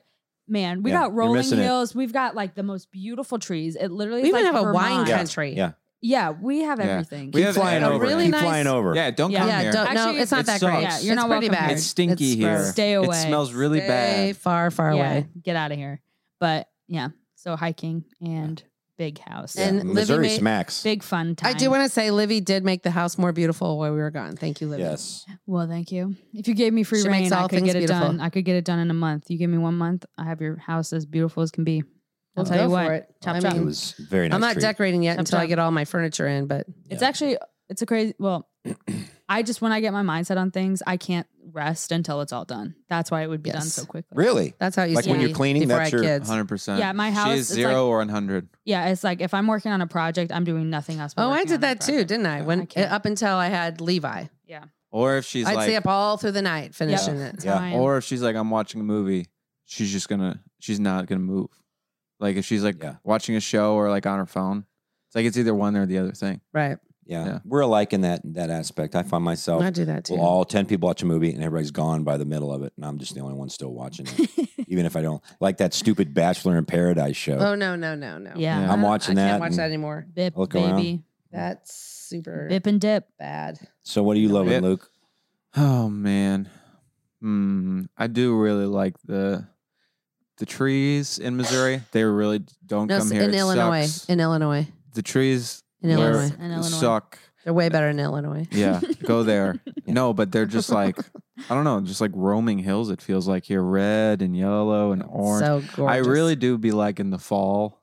S2: man, we
S1: Yeah,
S2: got
S1: you're
S2: rolling
S1: missing it.
S2: hills. We've got like the most beautiful trees. It literally
S4: We
S2: is,
S4: even
S2: like,
S4: have a wine
S2: Vermont.
S1: Yeah.
S4: country.
S1: Yeah,
S2: Yeah, we have
S3: Yeah.
S2: everything.
S3: We
S1: keep
S3: have
S1: flying
S3: a
S1: over.
S4: really
S1: keep
S4: nice-
S1: flying over.
S3: Yeah, don't
S2: Yeah.
S3: come
S4: Yeah,
S3: here.
S4: don't no,
S2: Actually,
S4: it's not
S3: it
S4: that
S3: sucks.
S4: great.
S3: Yeah,
S2: you're
S4: It's
S2: not
S4: pretty
S2: welcome
S4: bad.
S2: here.
S3: It's stinky
S4: It's
S3: here.
S4: gross.
S2: Stay
S3: It
S2: away.
S3: smells really
S4: Stay
S3: bad.
S4: far, far
S2: yeah,
S4: away.
S2: Get out of here. But yeah, so hiking and big house.
S4: And Livy
S1: Missouri
S4: made-
S1: smacks.
S2: big fun time.
S4: I do want to say Livy did make the house more beautiful while we were gone. Thank you, Livy.
S1: Yes.
S2: Well, thank you. If you gave me free
S4: She makes
S2: reign, I
S4: all
S2: could
S4: things
S2: get it
S4: beautiful.
S2: done. I could get it done in a month. You give me one month, I have your house as beautiful as can be. I'll
S4: Let's
S2: tell you
S4: go
S2: what.
S4: for it.
S2: Chop
S4: I
S2: chop.
S1: It
S4: mean,
S1: was very nice.
S4: I'm not
S1: treat.
S4: decorating yet until I
S2: Sometime.
S4: get all my furniture in, but
S2: It's actually it's a crazy. Well, I just when I get my mindset on things, I can't rest until it's all done. That's why it would be done
S4: Yes.
S2: so quickly.
S1: Really?
S4: that's how you
S1: Like
S4: see
S1: when you're
S4: me
S1: cleaning,
S4: before
S1: that's
S4: I
S1: your
S4: had kids.
S3: 100%.
S2: Yeah, my
S3: She
S2: house
S3: is
S2: is
S3: zero or 100.
S2: Yeah, it's like if I'm working on a project, I'm doing nothing else. but
S4: Oh, I
S2: working on
S4: did that too,
S2: project.
S4: didn't I?
S2: I
S4: When
S2: can't.
S4: up until I had Levi,
S3: Or if she's
S4: I'd
S3: like,
S4: stay up all through the night finishing it.
S2: That's how I am.
S3: or if she's like, I'm watching a movie, she's just gonna, she's not gonna move. Like if she's like
S1: Yeah.
S3: watching a show or like on her phone, it's like it's either one or the other thing.
S4: Right.
S1: Yeah.
S3: Yeah.
S1: We're alike in that that aspect. I find
S3: Oh,
S1: myself
S4: I do that too.
S1: well, all ten people watch a movie and everybody's gone by the middle of it, and I'm just the only one still watching it. even if I don't like that stupid Bachelor in Paradise show.
S4: oh no, no, no, no.
S2: Yeah.
S1: I'm
S4: I-
S1: watching
S4: I
S1: that
S4: can't watch
S1: and-
S4: that anymore.
S2: Bip,
S1: Look around.
S2: baby.
S4: That's super
S2: Bip and dip.
S4: bad.
S1: So what are you loving,
S3: Yeah.
S1: Luke?
S3: Oh man, hmm. I do really like the the trees in Missouri. They really don't
S4: No,
S3: come
S4: s-
S3: here.
S4: in
S3: It
S4: Illinois.
S3: sucks.
S4: In Illinois.
S3: the trees
S4: In
S3: were-
S4: Illinois.
S2: In Illinois.
S3: suck.
S4: They're way better in Illinois.
S3: Yeah, go there. No, but they're just like I don't know, just like roaming hills. It feels like here, red and yellow and orange.
S4: So gorgeous.
S3: I really do be like in the fall.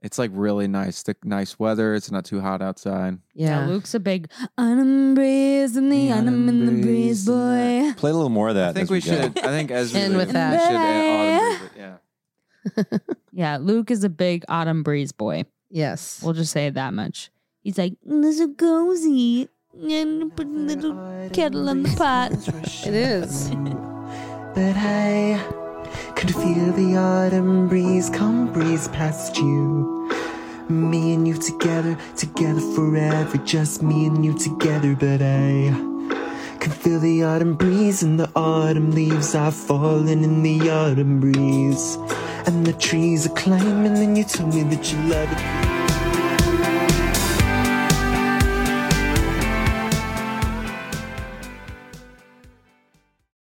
S3: It's like really nice, the nice weather. It's not too hot outside.
S2: Yeah.
S4: Yeah.
S2: Luke's a big autumn breeze and the
S3: The
S2: autumn in the
S3: autumn
S2: breeze,
S3: breeze and
S2: boy.
S1: Play a little more of that.
S3: I think
S1: as
S3: we
S1: go.
S3: should. I think as we
S4: End
S3: leave,
S4: with
S3: we
S4: that.
S3: should end autumn music, Yeah.
S2: Yeah, Luke is a big autumn breeze boy.
S4: Yes.
S2: We'll just say that much. He's like, there's a cozy and put a little kettle on the pot.
S4: It is.
S11: But I could feel the autumn breeze come breeze past you. Me and you together, together forever, just me and you together. But I
S16: can feel the autumn breeze and the autumn leaves are falling in the autumn breeze. And the trees are climbing and you told me that you love it.